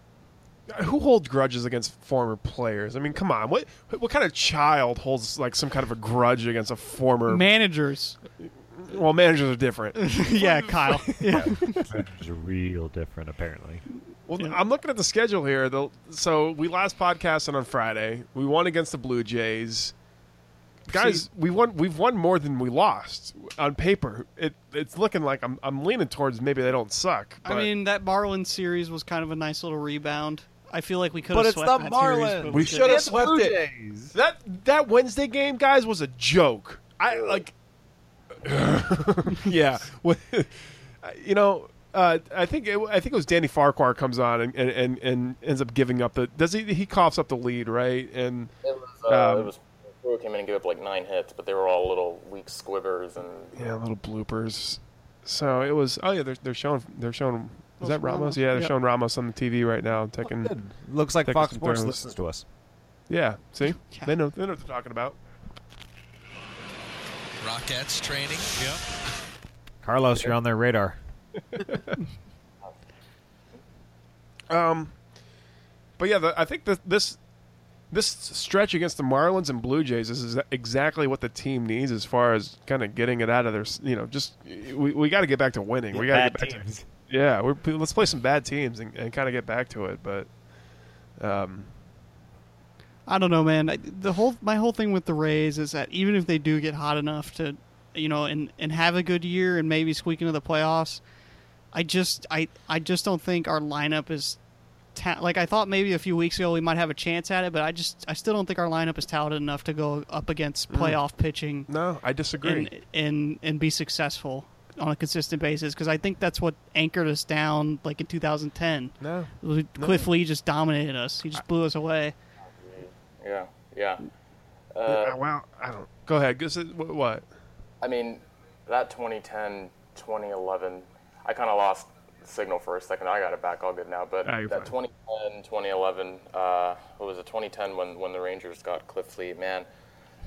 Speaker 1: Who holds grudges against former players? I mean, come on. What what kind of child holds like some kind of a grudge against a former?
Speaker 3: Managers.
Speaker 1: well, managers are different.
Speaker 3: yeah, Kyle. Yeah.
Speaker 2: It's real different, apparently.
Speaker 1: Well, I'm looking at the schedule here. The, so we last podcasted on Friday. We won against the Blue Jays. Guys, we won. We've won more than we lost on paper. It, it's looking like I'm, I'm leaning towards maybe they don't suck. But
Speaker 3: I mean, that Marlins series was kind of a nice little rebound. I feel like we could
Speaker 2: But
Speaker 3: have
Speaker 2: it's
Speaker 3: swept
Speaker 2: the
Speaker 3: that series,
Speaker 2: Marlins.
Speaker 3: but
Speaker 1: We
Speaker 3: didn't.
Speaker 1: should have swept it. That that Wednesday game, guys, was a joke. I like. yeah, What- you know, uh, I think it, I think it was Danny Farquhar comes on and, and, and, and ends up giving up the. Does he? He coughs up the lead, right? And
Speaker 6: It was uh,
Speaker 1: Um,
Speaker 6: it was. Brewer came in and gave up like nine hits, but they were all little weak squivers and
Speaker 1: yeah, little bloopers. So it was. Oh yeah, they're they're showing they're showing. Is that Ramos?
Speaker 3: Ramos?
Speaker 1: Yeah, they're
Speaker 3: Yep.
Speaker 1: showing Ramos on the TV right now. Taking.
Speaker 2: Looks like
Speaker 1: Take
Speaker 2: Fox
Speaker 1: some
Speaker 2: Sports
Speaker 1: throws.
Speaker 2: listens to us.
Speaker 1: Yeah, see,
Speaker 3: Yeah.
Speaker 1: they know they know what they're talking about.
Speaker 7: Rockets training.
Speaker 2: Carlos, you're on their radar.
Speaker 1: But yeah, the, I think that this this stretch against the Marlins and Blue Jays this is exactly what the team needs as far as kind of getting it out of their, s- you know, just we, we got to get back to winning. we got to
Speaker 7: bad
Speaker 1: get back to
Speaker 7: teams.
Speaker 1: yeah. We're, let's play some bad teams and, and kind of get back to it. But um,
Speaker 3: I don't know, man. I, the whole my whole thing with the Rays is that even if they do get hot enough to, you know, and and have a good year and maybe squeak into the playoffs, I just I I just don't think our lineup is. Ta- like I thought maybe a few weeks ago we might have a chance at it, but I just I still don't think our lineup is talented enough to go up against
Speaker 1: Mm.
Speaker 3: playoff pitching
Speaker 1: no, I disagree.
Speaker 3: and, and and be successful on a consistent basis because I think that's what anchored us down like in 2010.
Speaker 1: no,
Speaker 3: L- Cliff Lee just dominated us. He just blew us away.
Speaker 6: Yeah, yeah.
Speaker 1: Uh, well, I don't. Go ahead. This is- wh- what?
Speaker 6: I mean, that 2010, 2011, I kind of lost signal for a second. I got it back all good now. But
Speaker 1: Ah, you're
Speaker 6: that 2010, 2011, uh, what was it, 2010 when, when the Rangers got Cliff Lee? Man,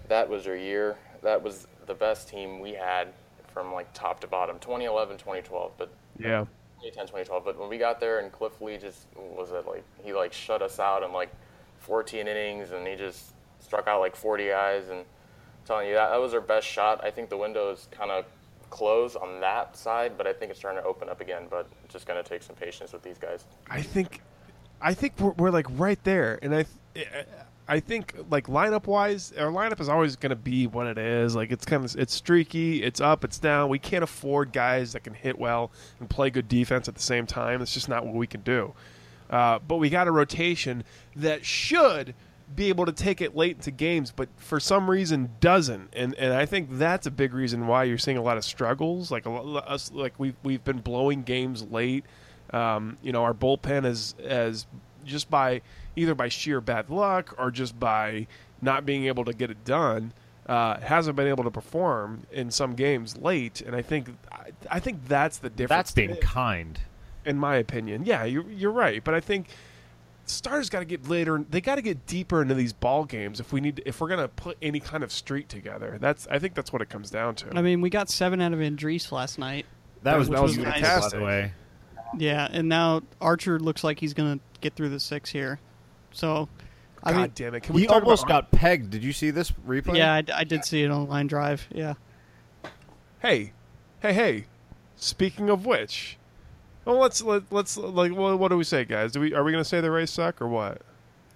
Speaker 6: that was their year. That was the best team we had from like top to bottom. 2011, 2012, but
Speaker 1: Yeah.
Speaker 6: 2010, 2012. But when we got there and Cliff Lee just what was it like he like shut us out in like 14 innings and he just struck out like 40 guys and I'm telling you that that was our best shot. I think the window is kind of closed on that side, but I think it's starting to open up again. But it's just going to take some patience with these guys.
Speaker 1: I think, I think we're, we're like right there, and I, th- I think like lineup wise, our lineup is always going to be what it is. Like it's kind of it's streaky, it's up, it's down. We can't afford guys that can hit well and play good defense at the same time. That's just not what we can do. Uh, but we got a rotation that should be able to take it late into games, but for some reason doesn't. And and I think that's a big reason why you're seeing a lot of struggles. Like a lo- us, like we've we've been blowing games late. Um, you know, our bullpen is as just by either by sheer bad luck or just by not being able to get it done. Uh, hasn't been able to perform in some games late, and I think I, I think that's the difference
Speaker 2: That's being kind.
Speaker 1: in my opinion. Yeah, you're, you're right, but I think Stars got to get later. They got to get deeper into these ball games if we need. if we're gonna put any kind of street together, that's. I think that's what it comes down to.
Speaker 3: I mean, we got seven out of Andrees last night.
Speaker 2: That, was,
Speaker 1: was-
Speaker 2: that was
Speaker 3: was
Speaker 2: beautiful, by
Speaker 1: fantastic.
Speaker 2: the way.
Speaker 3: Yeah, and now Archer looks like he's gonna get through the six here. So, I
Speaker 1: God
Speaker 3: mean,
Speaker 1: damn it! Can we
Speaker 2: He
Speaker 1: talk
Speaker 2: almost
Speaker 1: about,
Speaker 2: got pegged. Did you see this replay?
Speaker 3: yeah, I, I did see it on line drive. Yeah,
Speaker 1: Hey, hey, hey! Speaking of which, well, let's let, let's like. Well, what do we say, guys? Do we are we gonna say the Rays suck or what?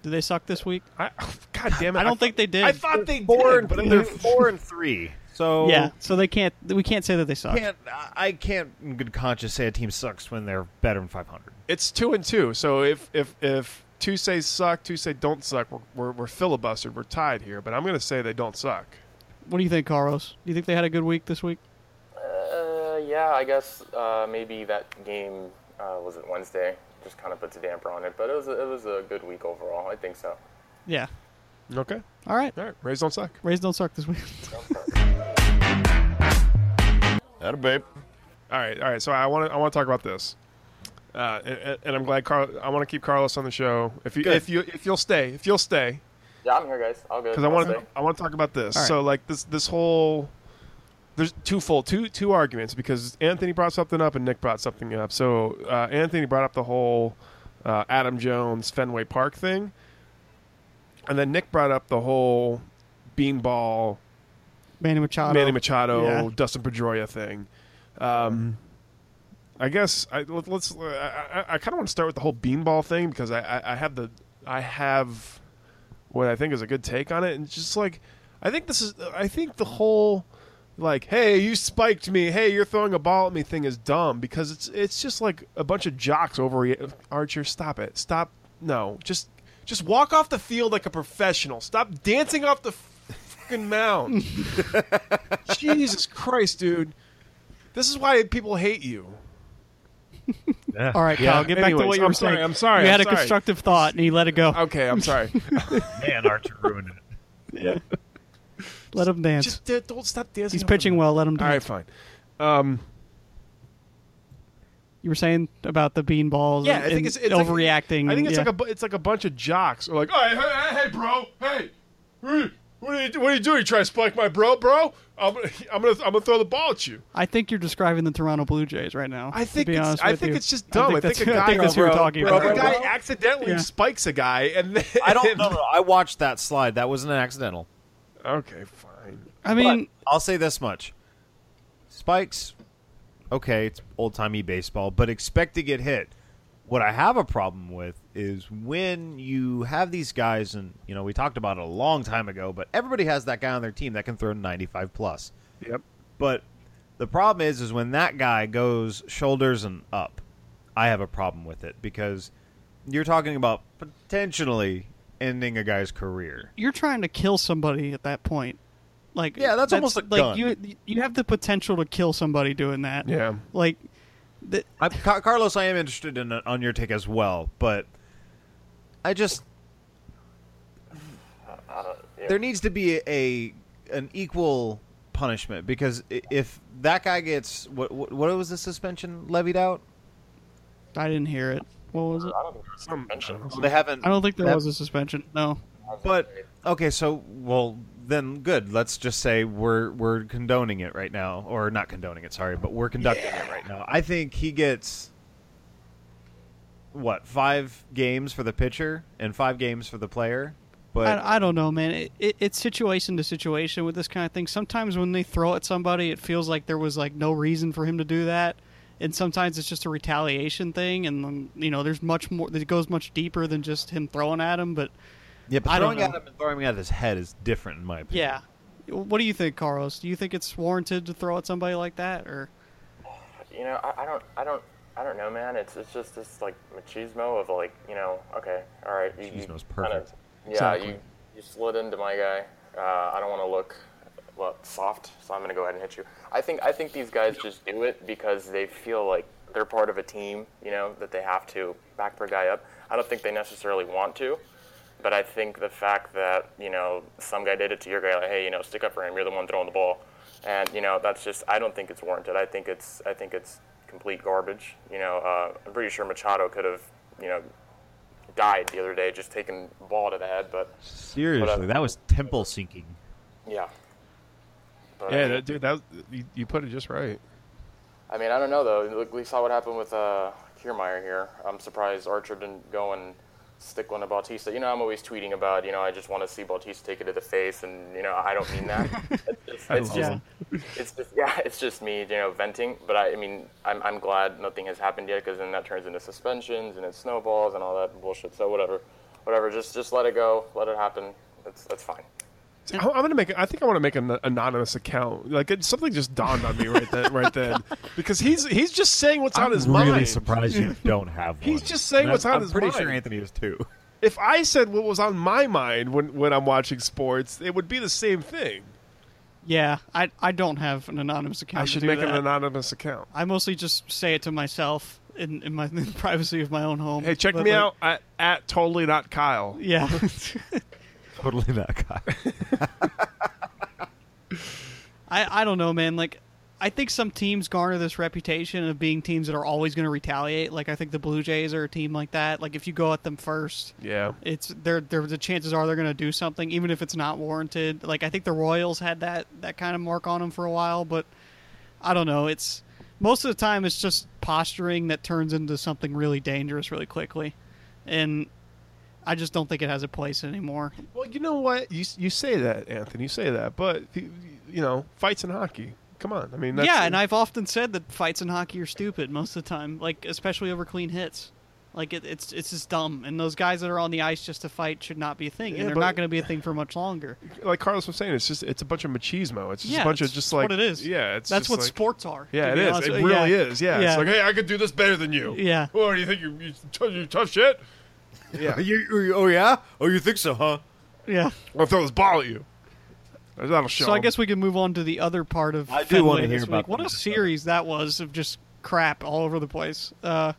Speaker 3: did they suck this week?
Speaker 1: I, God damn it!
Speaker 3: I don't
Speaker 1: thought-
Speaker 3: think they did.
Speaker 1: I thought they
Speaker 2: Four
Speaker 1: did,
Speaker 2: and
Speaker 1: but
Speaker 2: they're four and three. So
Speaker 3: yeah, so they can't. We can't say that they suck.
Speaker 2: can't I- I can't in good conscience say a team sucks when they're better than 500.
Speaker 1: it's two and two. So if if if two say suck, two say don't suck, we're we're, we're filibustered. We're tied here. But I'm gonna say they don't suck.
Speaker 3: What do you think, Carlos? Do you think they had a good week this week?
Speaker 6: Uh, yeah, I guess uh, maybe that game uh, was it Wednesday. Just kind of puts a damper on it, but it was a, it was a good week overall. I think so.
Speaker 3: Yeah.
Speaker 1: Okay.
Speaker 3: All right.
Speaker 1: All right. Rays don't suck.
Speaker 3: Rays don't suck this week.
Speaker 7: That babe.
Speaker 1: All right. All right. So I want to I want to talk about this. Uh, and, and I'm glad Carl. I want to keep Carlos on the show. If you
Speaker 2: Good.
Speaker 1: if you if you'll stay, if you'll stay,
Speaker 6: Yeah, I'm here, guys. I'll go.
Speaker 1: because I
Speaker 6: I'll
Speaker 1: want to
Speaker 6: stay.
Speaker 1: I want to talk about this.
Speaker 3: All right.
Speaker 1: So like this this whole there's twofold two two arguments because Anthony brought something up and Nick brought something up. So uh, Anthony brought up the whole uh, Adam Jones Fenway Park thing, and then Nick brought up the whole beanball
Speaker 3: Manny Machado.
Speaker 1: Manny Machado
Speaker 3: Yeah.
Speaker 1: Dustin Pedroia thing. Um, I guess I let- let's. uh, I, I, I kind of want to start with the whole beanball thing because I, I, I have the I have what I think is a good take on it, and it's just like I think this is I think the whole like hey you spiked me hey you're throwing a ball at me thing is dumb because it's it's just like a bunch of jocks over Archer stop it stop no just just walk off the field like a professional stop dancing off the fucking mound Jesus Christ dude this is why people hate you
Speaker 3: All right, Kyle, get back to
Speaker 1: Anyways,
Speaker 3: what you
Speaker 1: I'm
Speaker 3: were
Speaker 1: sorry,
Speaker 3: saying.
Speaker 1: I'm sorry,
Speaker 3: You
Speaker 1: I'm
Speaker 3: had a
Speaker 1: sorry.
Speaker 3: constructive thought and you let it go.
Speaker 1: okay I'm sorry
Speaker 7: Man, Archer ruined it.
Speaker 3: Let him dance.
Speaker 1: just d- don't stop dancing
Speaker 3: He's
Speaker 1: off the
Speaker 3: pitching
Speaker 1: mound.
Speaker 3: well. Let him
Speaker 1: all right
Speaker 3: dance.
Speaker 1: fine
Speaker 3: You were saying about the bean balls.
Speaker 1: Yeah,
Speaker 3: and,
Speaker 1: I think
Speaker 3: and
Speaker 1: it's, it's
Speaker 3: overreacting.
Speaker 1: Like, I think it's
Speaker 3: yeah.
Speaker 1: like a bu- it's like a bunch of jocks are like, hey, hey, hey, hey, bro, hey, hey, What are you, what are you doing? You trying to spike my bro, bro? I'm, gonna- I'm gonna, I'm gonna throw the ball at you.
Speaker 3: I think you're describing the Toronto Blue Jays right now.
Speaker 1: I think
Speaker 3: to be
Speaker 1: it's,
Speaker 3: honest
Speaker 1: I
Speaker 3: with
Speaker 1: think
Speaker 3: you.
Speaker 1: it's just dumb. I think,
Speaker 3: that's, I think that's
Speaker 1: a
Speaker 3: what
Speaker 1: guy,
Speaker 3: we're talking
Speaker 1: bro,
Speaker 3: about.
Speaker 1: a guy accidentally
Speaker 3: Yeah.
Speaker 1: spikes a guy, and then
Speaker 2: I don't know. I watched that slide. That wasn't an accidental.
Speaker 1: okay, fine.
Speaker 3: I mean,
Speaker 2: But I'll say this much: spikes. Okay, it's old timey baseball, but expect to get hit. What I have a problem with is when you have these guys, and you know we talked about it a long time ago, but everybody has that guy on their team that can throw ninety-five plus.
Speaker 1: Yep.
Speaker 2: But the problem is, is when that guy goes shoulders and up, I have a problem with it because you're talking about potentially ending a guy's career.
Speaker 3: you're trying to kill somebody at that point. Like
Speaker 2: Yeah, that's almost a
Speaker 3: like
Speaker 2: gun.
Speaker 3: you you have the potential to kill somebody doing that.
Speaker 1: Yeah.
Speaker 3: Like the,
Speaker 2: I, Ca- Carlos, I am interested in uh, on your take as well, but I just there needs to be a an equal punishment because i- if that guy gets what what, what was the suspension levied out?
Speaker 3: I didn't hear it. What was it?
Speaker 6: I don't think there's suspension.
Speaker 2: They haven't.
Speaker 3: I don't think there
Speaker 2: That-
Speaker 3: was a suspension. No.
Speaker 2: But okay, so well then good. Let's just say we're we're condoning it right now, or not condoning it. Sorry, but we're conducting it right now. I think he gets what five games for the pitcher and five games for the player. But
Speaker 3: I, I don't know, man. It, it, it's situation to situation with this kind of thing. Sometimes when they throw at somebody, it feels like there was like no reason for him to do that, and sometimes it's just a retaliation thing. And um, you know, there's much more. It goes much deeper than just him throwing at him. But
Speaker 2: yeah, but
Speaker 3: I don't
Speaker 2: throwing at
Speaker 3: know.
Speaker 2: him and throwing at his head is different in my opinion.
Speaker 3: yeah, what do you think, Carlos? Do you think it's warranted to throw at somebody like that, or
Speaker 6: you know, I, I don't, I don't, I don't know, man. It's it's just this like machismo of like, you know, okay, all right, you, you
Speaker 2: Machismo's
Speaker 6: kinda-
Speaker 2: perfect.
Speaker 6: yeah,
Speaker 2: Exactly.
Speaker 6: you you slid into my guy. Uh, I don't want to look well, soft, so I'm gonna go ahead and hit you. I think I think these guys just do it because they feel like they're part of a team, you know, that they have to back their guy up. I don't think they necessarily want to. But I think the fact that you know some guy did it to your guy, like, hey, you know, stick up for him. You're the one throwing the ball, and you know that's just I don't think it's warranted. I think it's I think it's complete garbage. You know, uh, I'm pretty sure Machado could have you know died the other day just taking ball to the head, but
Speaker 2: seriously, that was temple sinking.
Speaker 6: yeah. But, I
Speaker 1: Yeah,
Speaker 6: mean-
Speaker 1: that, dude, that you, you put it just right.
Speaker 6: I mean, I don't know though. Look, We saw what happened with uh, Kiermaier here. I'm surprised Archer didn't go and stick one to Bautista. You know, I'm always tweeting about, you know, I just want to see Bautista take it to the face, and you know, I don't mean that. it's just, it's, just, it's just, yeah, it's just me, you know, venting. But I, I mean, I'm, I'm glad nothing has happened yet because then that turns into suspensions and it snowballs and all that bullshit. So whatever, whatever. Just, just let it go. Let it happen. That's, that's fine.
Speaker 1: I- I'm gonna make. I think I want to make an anonymous account. Like it, something just dawned on me right then, right then, because he's he's just saying what's on his
Speaker 2: really
Speaker 1: mind.
Speaker 2: surprised you don't have one.
Speaker 1: He's just saying
Speaker 2: And
Speaker 1: what's
Speaker 2: I'm-
Speaker 1: on
Speaker 2: I'm
Speaker 1: his
Speaker 2: pretty sure
Speaker 1: mind.
Speaker 2: Anthony is too.
Speaker 1: If I said what was on my mind when when I'm watching sports, it would be the same thing.
Speaker 3: yeah, I I don't have an anonymous account.
Speaker 1: I
Speaker 3: to
Speaker 1: should
Speaker 3: do
Speaker 1: make an
Speaker 3: that.
Speaker 1: anonymous account.
Speaker 3: I mostly just say it to myself in in my in the privacy of my own home.
Speaker 1: Hey, check
Speaker 3: But,
Speaker 1: me
Speaker 3: like,
Speaker 1: out at, at totally not Kyle.
Speaker 3: Yeah.
Speaker 2: Totally that guy.
Speaker 3: I, I don't know, man. Like, I think some teams garner this reputation of being teams that are always going to retaliate. Like, I think the Blue Jays are a team like that. Like, if you go at them first,
Speaker 1: Yeah,
Speaker 3: it's they're, they're the chances are they're going to do something, even if it's not warranted. Like, I think the Royals had that that kind of mark on them for a while, but I don't know. It's most of the time it's just posturing that turns into something really dangerous really quickly, and I just don't think it has a place anymore.
Speaker 1: Well, you know what? You you say that, Anthony. You say that, but you, you know, fights in hockey. Come on. I mean, that's,
Speaker 3: yeah, and I've often said that fights in hockey are stupid most of the time, like especially over clean hits. Like it, it's it's just dumb, and those guys that are on the ice just to fight should not be a thing,
Speaker 1: Yeah,
Speaker 3: and they're
Speaker 1: but-
Speaker 3: not going to be a thing for much longer.
Speaker 1: like Carlos was saying, it's just it's a bunch of machismo. It's just
Speaker 3: yeah,
Speaker 1: a bunch of
Speaker 3: that's
Speaker 1: just like
Speaker 3: what it is.
Speaker 1: Yeah, it's
Speaker 3: that's
Speaker 1: just
Speaker 3: what
Speaker 1: like-
Speaker 3: sports are.
Speaker 1: Yeah,
Speaker 3: to
Speaker 1: it
Speaker 3: be
Speaker 1: is.
Speaker 3: honest
Speaker 1: It
Speaker 3: with you.
Speaker 1: really is. Yeah.
Speaker 3: yeah.
Speaker 1: it's like hey, I could do this better than you.
Speaker 3: Yeah.
Speaker 1: What do you think? You you, tough- you tough shit. Yeah,
Speaker 2: oh yeah? Oh, you think so, huh?
Speaker 3: yeah.
Speaker 1: I'll throw this ball at you. That'll show.
Speaker 3: So I
Speaker 1: 'em.
Speaker 3: guess we can move on to the other part of.
Speaker 2: I do wanna
Speaker 3: Fenway
Speaker 2: hear
Speaker 3: this
Speaker 2: about uh,
Speaker 3: week. what
Speaker 2: the
Speaker 3: a
Speaker 2: Minnesota.
Speaker 3: series that was of just crap all over the place. Uh,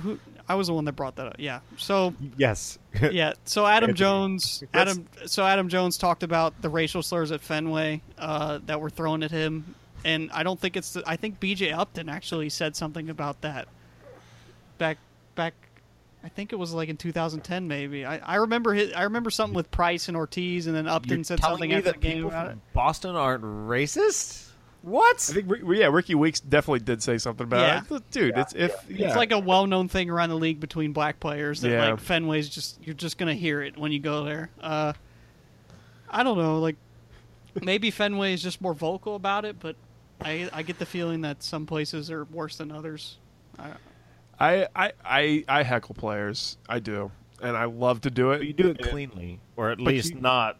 Speaker 3: who I was the one that brought that up. Yeah. So
Speaker 2: Yes.
Speaker 3: yeah. So Adam
Speaker 2: Anthony.
Speaker 3: Jones,
Speaker 2: Let's-
Speaker 3: Adam. So Adam Jones talked about the racial slurs at Fenway uh, that were thrown at him, and I don't think it's. The, I think B.J. Upton actually said something about that. Back, back. I think it was like in 2010, maybe. I, I remember his, I remember something with Price and Ortiz, and then Upton
Speaker 2: You're
Speaker 3: said
Speaker 2: telling
Speaker 3: something
Speaker 2: me
Speaker 3: after
Speaker 2: that
Speaker 3: the game
Speaker 2: people
Speaker 3: about it.
Speaker 2: from Boston aren't racist? What?
Speaker 1: I think Ri- yeah, Ricky Weeks definitely did say something about it. Dude, it's if yeah.
Speaker 3: It's like a well-known thing around the league between black players that
Speaker 1: Yeah.
Speaker 3: like Fenway's just you're just gonna hear it when you go there. Uh, I don't know, like maybe Fenway is just more vocal about it, but I I get the feeling that some places are worse than others.
Speaker 1: I, I I I heckle players. I do. And I love to do it.
Speaker 2: you do it cleanly, or at least
Speaker 1: you-
Speaker 2: not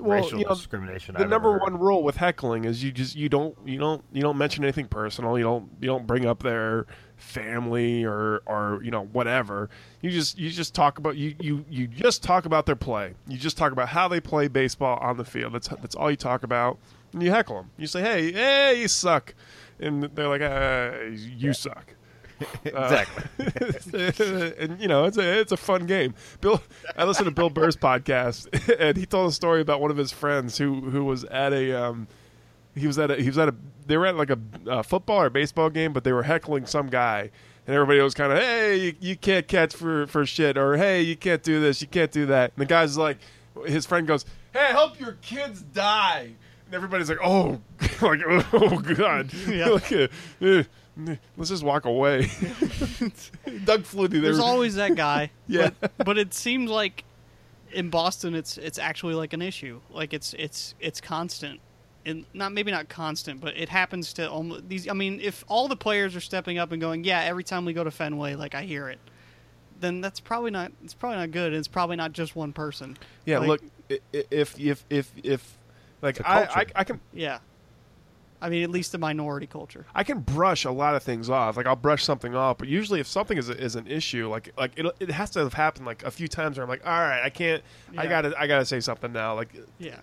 Speaker 1: Well,
Speaker 2: racial
Speaker 1: you know,
Speaker 2: discrimination.
Speaker 1: the
Speaker 2: I've
Speaker 1: number
Speaker 2: ever heard.
Speaker 1: one rule with heckling is you just you don't you don't you don't mention anything personal. You don't you don't bring up their family or or you know whatever. You just you just talk about you you you just talk about their play. You just talk about how they play baseball on the field. That's that's all you talk about. And you heckle them. You say, "Hey, hey, you suck," and they're like, uh, "You suck." Uh,
Speaker 2: exactly.
Speaker 1: and you know it's a it's a fun game. Bill, I listened to Bill Burr's podcast, and he told a story about one of his friends who who was at a um, he was at a he was at a they were at like a uh, football or baseball game, but they were heckling some guy, and everybody was kind of hey you, you can't catch for for shit or hey you can't do this you can't do that, and the guy's like his friend goes hey help your kids die. And everybody's like, oh, like, oh, God.
Speaker 3: Yeah.
Speaker 1: Like, uh, uh, let's just walk away. Doug Flutie. They
Speaker 3: There's
Speaker 1: were-
Speaker 3: always that guy.
Speaker 1: Yeah.
Speaker 3: But, but it seems like in Boston it's it's actually like an issue. Like it's it's it's constant. And not maybe not constant, but it happens to almost these I mean, if all the players are stepping up and going, "Yeah, every time we go to Fenway, like I hear it." Then that's probably not it's probably not good and it's probably not just one person.
Speaker 1: yeah.
Speaker 3: Like,
Speaker 1: Look, i- i- if if if if like
Speaker 2: a
Speaker 1: I, I
Speaker 2: culture.
Speaker 1: I can
Speaker 3: Yeah. I mean, at least the minority culture.
Speaker 1: I can brush a lot of things off. Like I'll brush something off, but usually if something is, is an issue, like like it it has to have happened like a few times where I'm like, all right, I can't, I
Speaker 3: Yeah.
Speaker 1: gotta I gotta say something now. Like
Speaker 3: Yeah.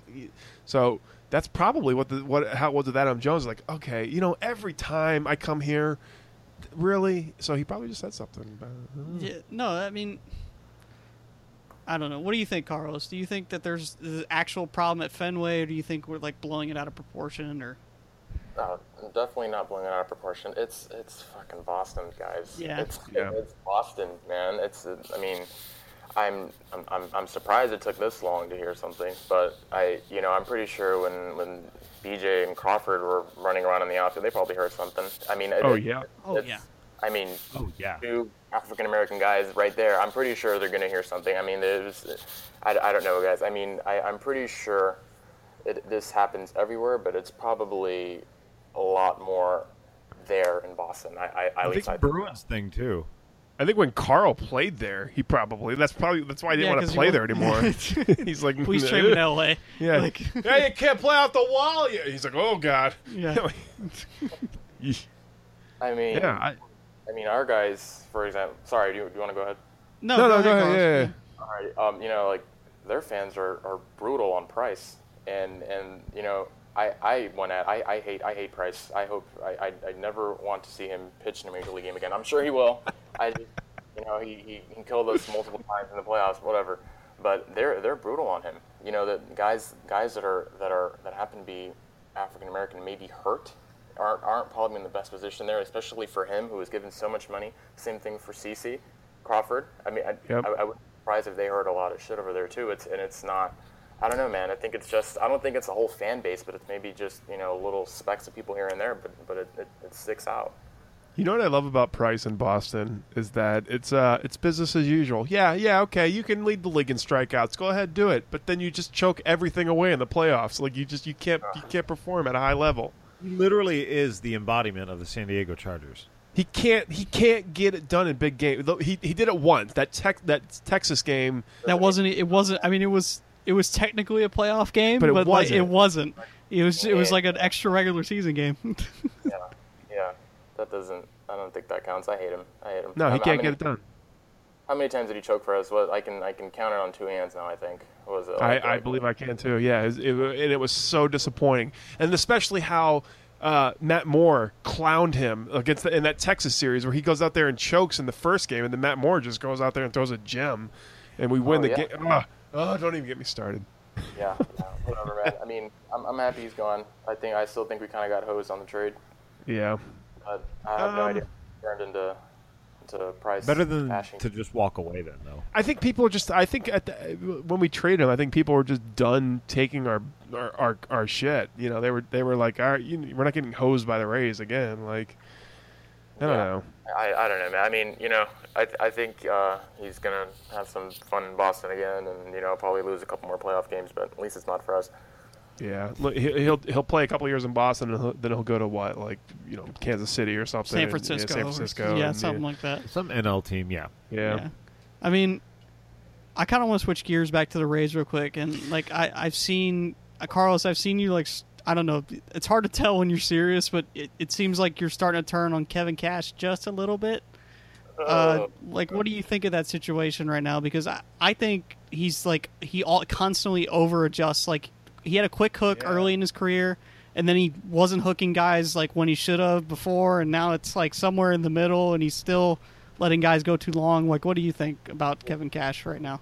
Speaker 1: so that's probably what the what how it was with Adam Jones like. Okay, you know, every time I come here, th- really. So he probably just said something. About it.
Speaker 3: Yeah, no, I mean, I don't know. What do you think, Carlos? Do you think that there's the actual problem at Fenway, or do you think we're like blowing it out of proportion? Or
Speaker 6: Uh, definitely not blowing it out of proportion. It's it's fucking Boston, guys.
Speaker 3: Yeah.
Speaker 6: It's,
Speaker 1: Yeah.
Speaker 6: it's Boston, man. It's I mean, I'm, I'm I'm I'm surprised it took this long to hear something, but I you know I'm pretty sure when when BJ and Crawford were running around in the outfield, they probably heard something. I mean, it-
Speaker 1: Oh yeah.
Speaker 3: oh
Speaker 6: it's-
Speaker 3: yeah,
Speaker 6: I mean,
Speaker 7: Oh yeah.
Speaker 6: two African American guys right there. I'm pretty sure they're going to hear something. I mean, there's, I, I don't know, guys. I mean, I, I'm pretty sure it, this happens everywhere, but it's probably a lot more there in Boston. I, I, I
Speaker 2: I
Speaker 6: at
Speaker 2: think
Speaker 6: least I
Speaker 2: the Bruins thing too.
Speaker 1: I think when Carl played there, he probably that's probably that's why he didn't
Speaker 3: Yeah,
Speaker 1: want
Speaker 3: 'cause
Speaker 1: to
Speaker 3: he
Speaker 1: play there anymore.
Speaker 3: wasn't-
Speaker 1: He's like,
Speaker 3: please
Speaker 1: "Nah."
Speaker 3: trade me to L.A.
Speaker 1: Yeah,
Speaker 3: like
Speaker 1: yeah, you can't play off the wall. yet." He's like, oh god.
Speaker 3: Yeah.
Speaker 1: yeah,
Speaker 6: I mean,
Speaker 1: I,
Speaker 6: I mean, our guys, for example. Sorry, do you, do you want to go ahead?
Speaker 3: no,
Speaker 1: no, no,
Speaker 3: go
Speaker 1: go
Speaker 3: ahead,
Speaker 1: ahead.
Speaker 3: Carlos.
Speaker 1: Yeah, yeah.
Speaker 6: All right, um, you know, like their fans are, are brutal on Price, and and you know, I I want at I, I hate I hate Price. I hope I, I I never want to see him pitch in a major league game again. I'm sure he will. I just you know he, he, he killed us multiple times in the playoffs, whatever. But they're they're brutal on him. You know that guys guys that are that are that happen to be African American may be hurt aren't aren't probably in the best position there, especially for him who was given so much money. Same thing for CC Crawford. I mean, I,
Speaker 1: Yep.
Speaker 6: I, I wouldn't be surprised if they heard a lot of shit over there too. It's and it's not. I don't know, man. I think it's just. I don't think it's a whole fan base, but it's maybe just you know little specks of people here and there. But but it, it, it sticks out.
Speaker 1: You know what I love about Price in Boston is that it's uh it's business as usual. Yeah, yeah, okay, you can lead the league in strikeouts. Go ahead, do it. But then you just choke everything away in the playoffs. Like you just you can't you can't perform at a high level.
Speaker 2: He literally is the embodiment of the San Diego Chargers.
Speaker 1: He can't he can't get it done in big games. He he did it once that tech that Texas game.
Speaker 3: That wasn't it. Wasn't I mean it was it was technically a playoff game,
Speaker 1: But
Speaker 3: but,
Speaker 1: it
Speaker 3: like, it
Speaker 1: wasn't.
Speaker 3: wasn't. It was it was
Speaker 6: Yeah.
Speaker 3: like an extra regular season game.
Speaker 6: Yeah, that doesn't. I don't think that counts. I hate him. I hate him.
Speaker 1: No,
Speaker 6: How-
Speaker 1: he
Speaker 6: how
Speaker 1: can't
Speaker 6: many-
Speaker 1: get it done.
Speaker 6: How many times did he choke for us? What I can I can count it on two hands now. I think. What was it? like-
Speaker 1: I, I
Speaker 6: like-
Speaker 1: believe I can too. Yeah, it, was- it, wa- and it was so disappointing, and especially how uh, Matt Moore clowned him against the, in that Texas series where he goes out there and chokes in the first game, and then Matt Moore just goes out there and throws a gem, and we win
Speaker 6: Oh,
Speaker 1: the
Speaker 6: yeah.
Speaker 1: game. Ugh. Oh, don't even get me started.
Speaker 6: Yeah, yeah, whatever, man. I mean, I'm, I'm happy he's gone. I think I still think we kind of got hosed on the trade.
Speaker 1: Yeah,
Speaker 6: But I have no
Speaker 1: Um,
Speaker 6: idea. Turned into to price
Speaker 2: Better than
Speaker 6: Ashing.
Speaker 2: to just walk away then, though.
Speaker 1: I think people are just. I think at the, when we traded him, I think people were just done taking our our, our our shit. You know, they were they were like, all right, you, we're not getting hosed by the Rays again. Like, I don't
Speaker 6: Yeah.
Speaker 1: know.
Speaker 6: I, I don't know, man. I mean, you know, I, I think uh, he's going to have some fun in Boston again and, you know, probably lose a couple more playoff games, but at least it's not for us.
Speaker 1: Yeah, Look, he- he'll he'll play a couple years in Boston, and he'll, then he'll go to what, like you know, Kansas City or something.
Speaker 3: San
Speaker 1: and-
Speaker 3: Francisco,
Speaker 1: yeah, San
Speaker 3: or-
Speaker 1: Francisco,
Speaker 3: yeah,
Speaker 1: and,
Speaker 3: something like that.
Speaker 2: Some NL team, yeah.
Speaker 1: yeah.
Speaker 3: Yeah. I mean, I kind of want to switch gears back to the Rays real quick, and like I, I've seen uh, Carlos, I've seen you like s- I don't know, it's hard to tell when you're serious, but it, it seems like you're starting to turn on Kevin Cash just a little bit. Uh, like, what do you think of that situation right now? Because I, I think he's like he all constantly over adjusts. Like he had a quick hook early in his career, and then he wasn't hooking guys like when he should have before, and now it's like somewhere in the middle, and he's still letting guys go too long. Like, what do you think about Kevin Cash right now?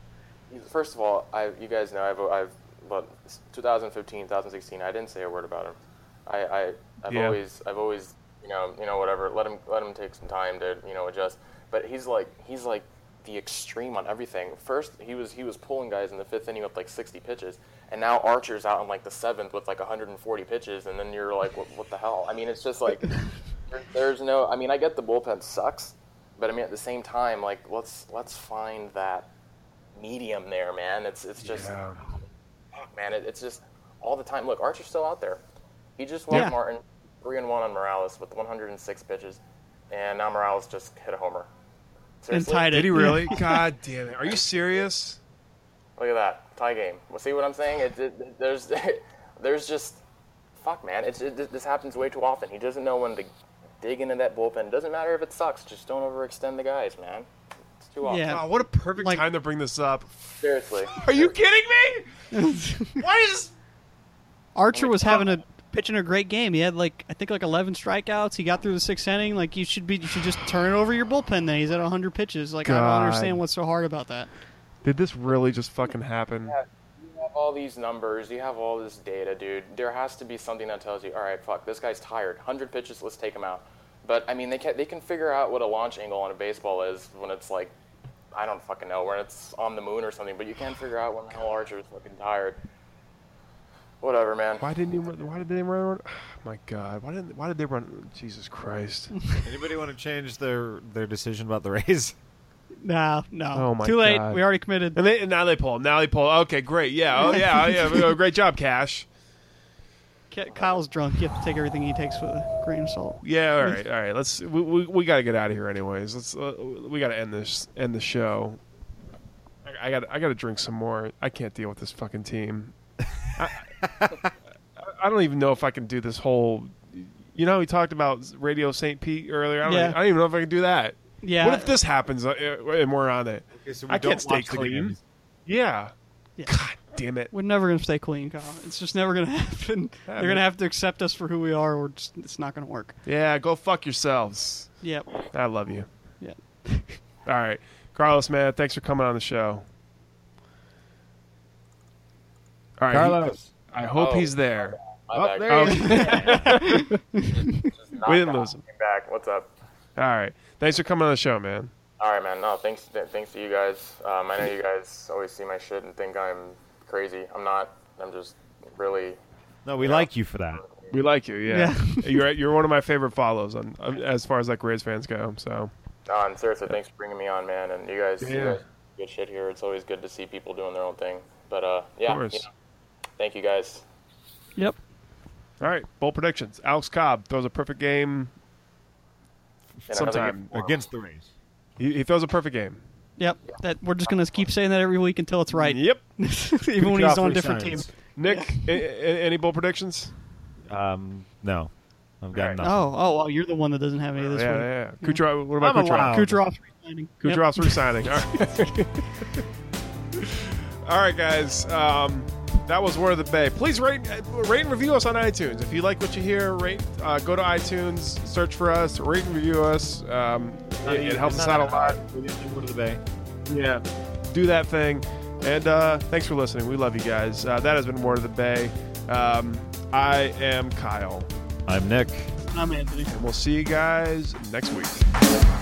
Speaker 6: First of all, I, you guys know I've, I've well, 2015, 2016. I didn't say a word about him. I, I I've
Speaker 1: Yeah.
Speaker 6: always I've always you know you know whatever. Let him let him take some time to you know adjust. But he's like he's like the extreme on everything. First he was he was pulling guys in the fifth inning with like 60 pitches, and now Archer's out in like the seventh with like 140 pitches, and then you're like what, what the hell? I mean it's just like there- there's no. I mean I get the bullpen sucks, but I mean at the same time like let's let's find that medium there, man. It's it's just
Speaker 1: Yeah.
Speaker 6: fuck, man. It, it's just all the time. Look, Archer's still out there. He just walked
Speaker 3: Yeah.
Speaker 6: Martin three and one on Morales with 106 pitches, and now Morales just hit a homer. Seriously?
Speaker 3: tied it.
Speaker 1: Did he really? God damn it! Are you serious?
Speaker 6: Look at that tie game. Well, see what I'm saying? It, it, there's there's just fuck, man. It's it, this happens way too often. He doesn't know when to dig into that bullpen. Doesn't matter if it sucks. Just don't overextend the guys, man. It's too often.
Speaker 3: Yeah.
Speaker 1: Oh, what a perfect
Speaker 3: Like-
Speaker 1: time to bring this up.
Speaker 6: Seriously.
Speaker 1: Are you kidding me? Why is
Speaker 3: Archer was having a pitching a great game. He had like I think like 11 strikeouts. He got through the sixth inning. Like you should be, you should just turn over your bullpen. Then he's at 100 pitches. Like I
Speaker 1: God.
Speaker 3: don't understand what's so hard about that.
Speaker 1: did this really just fucking happen?
Speaker 6: you have all these numbers, you have all this data, dude. There has to be something that tells you, all right, fuck, this guy's tired. 100 pitches, let's take him out. But I mean, they can they can figure out what a launch angle on a baseball is when it's like, I don't fucking know, when it's on the moon or something. But you can't figure out when Hal Archer is fucking tired. Whatever, man.
Speaker 1: Why didn't he? run- Why did they run? Oh my God! Why didn't? Why did they run? Jesus Christ!
Speaker 2: Anybody want to change their their decision about the Rays?
Speaker 3: Nah, no.
Speaker 1: Oh, my
Speaker 3: Too late.
Speaker 1: God.
Speaker 3: We already committed.
Speaker 1: And they and now they pull. Now they pull. Okay, great. Yeah. Oh yeah. Oh, yeah. Oh, Great job, Cash.
Speaker 3: K- Kyle's drunk. You have to take everything he takes with a grain of salt.
Speaker 1: Yeah. All right. All right. Let's. We, we, we got to get out of here anyways. Let's. Uh, we got to end this. End the show. I- I got. I got to drink some more. I can't deal with this fucking team. I, I don't even know if I can do this whole. You know, we talked about Radio St. Pete earlier. I don't,
Speaker 3: Yeah.
Speaker 1: I don't even know if I can do that.
Speaker 3: Yeah.
Speaker 1: What if this happens uh, and we're on it?
Speaker 2: Okay, so
Speaker 1: I can't stay clean. Yeah.
Speaker 3: Yeah.
Speaker 1: God damn it.
Speaker 3: We're never gonna stay clean, Kyle. It's just never gonna happen. They're
Speaker 1: man.
Speaker 3: gonna have to accept us for who we are, or just, it's not gonna work.
Speaker 1: Yeah, go fuck yourselves.
Speaker 3: Yep.
Speaker 1: I love you.
Speaker 3: Yep.
Speaker 1: All right. Carlos, man, thanks for coming on the show. All right. he-
Speaker 2: Carlos.
Speaker 1: I hope
Speaker 6: Oh.
Speaker 1: he's there.
Speaker 6: My
Speaker 2: Oh,
Speaker 6: bad.
Speaker 2: there
Speaker 1: Oh,
Speaker 2: he is.
Speaker 6: Just knocked
Speaker 1: we didn't
Speaker 6: out.
Speaker 1: lose him.
Speaker 6: Came Back. What's up?
Speaker 1: All right. Thanks for coming on the show, man.
Speaker 6: All right, man. No, thanks. th- Thanks to you guys. Um, I know you guys always see my shit and think I'm crazy. I'm not. I'm just really
Speaker 2: No, we like you for that.
Speaker 1: We like you, yeah. you're you're one of my favorite follows on um, as far as like Rays fans go. So
Speaker 6: No, and seriously, thanks for bringing me on, man. And you guys, you
Speaker 1: Yeah.
Speaker 6: guys do good shit here. It's always good to see people doing their own thing. But uh, yeah,
Speaker 1: course.
Speaker 6: you know, thank you guys.
Speaker 3: Yep.
Speaker 1: all right, bold predictions. Alex Cobb throws a perfect game.
Speaker 6: In another
Speaker 1: Sometime
Speaker 6: good form.
Speaker 2: Against the Rays.
Speaker 1: he, he throws a perfect game.
Speaker 3: Yep. That we're just gonna keep saying that every week until it's right.
Speaker 1: Yep.
Speaker 3: Even when he's on
Speaker 2: Joffrey
Speaker 3: different
Speaker 2: Science.
Speaker 3: teams.
Speaker 1: Nick, a- a- any bold predictions?
Speaker 2: Um, no, I've got
Speaker 1: All right.
Speaker 2: nothing.
Speaker 3: Oh, oh, well, you're the one that doesn't have any this
Speaker 1: yeah,
Speaker 3: week.
Speaker 1: yeah, yeah. Kucherov. What about
Speaker 2: I'm
Speaker 1: Kucherov?
Speaker 2: allowed.
Speaker 3: Kucherov's resigning. Yep.
Speaker 1: Kucherov's resigning. All right. All right, guys. Um, that was Word of the Bay. Please rate, rate and review us on iTunes. If you like what you hear, rate, uh, go to iTunes, search for us, rate and review us. Um, it, it helps us out a lot. Yeah. Do that thing. And uh, thanks for listening. We love you guys. Uh, that has been Word of the Bay. Um, I am Kyle,
Speaker 2: I'm Nick.
Speaker 3: I'm Anthony.
Speaker 1: and we'll see you guys next week.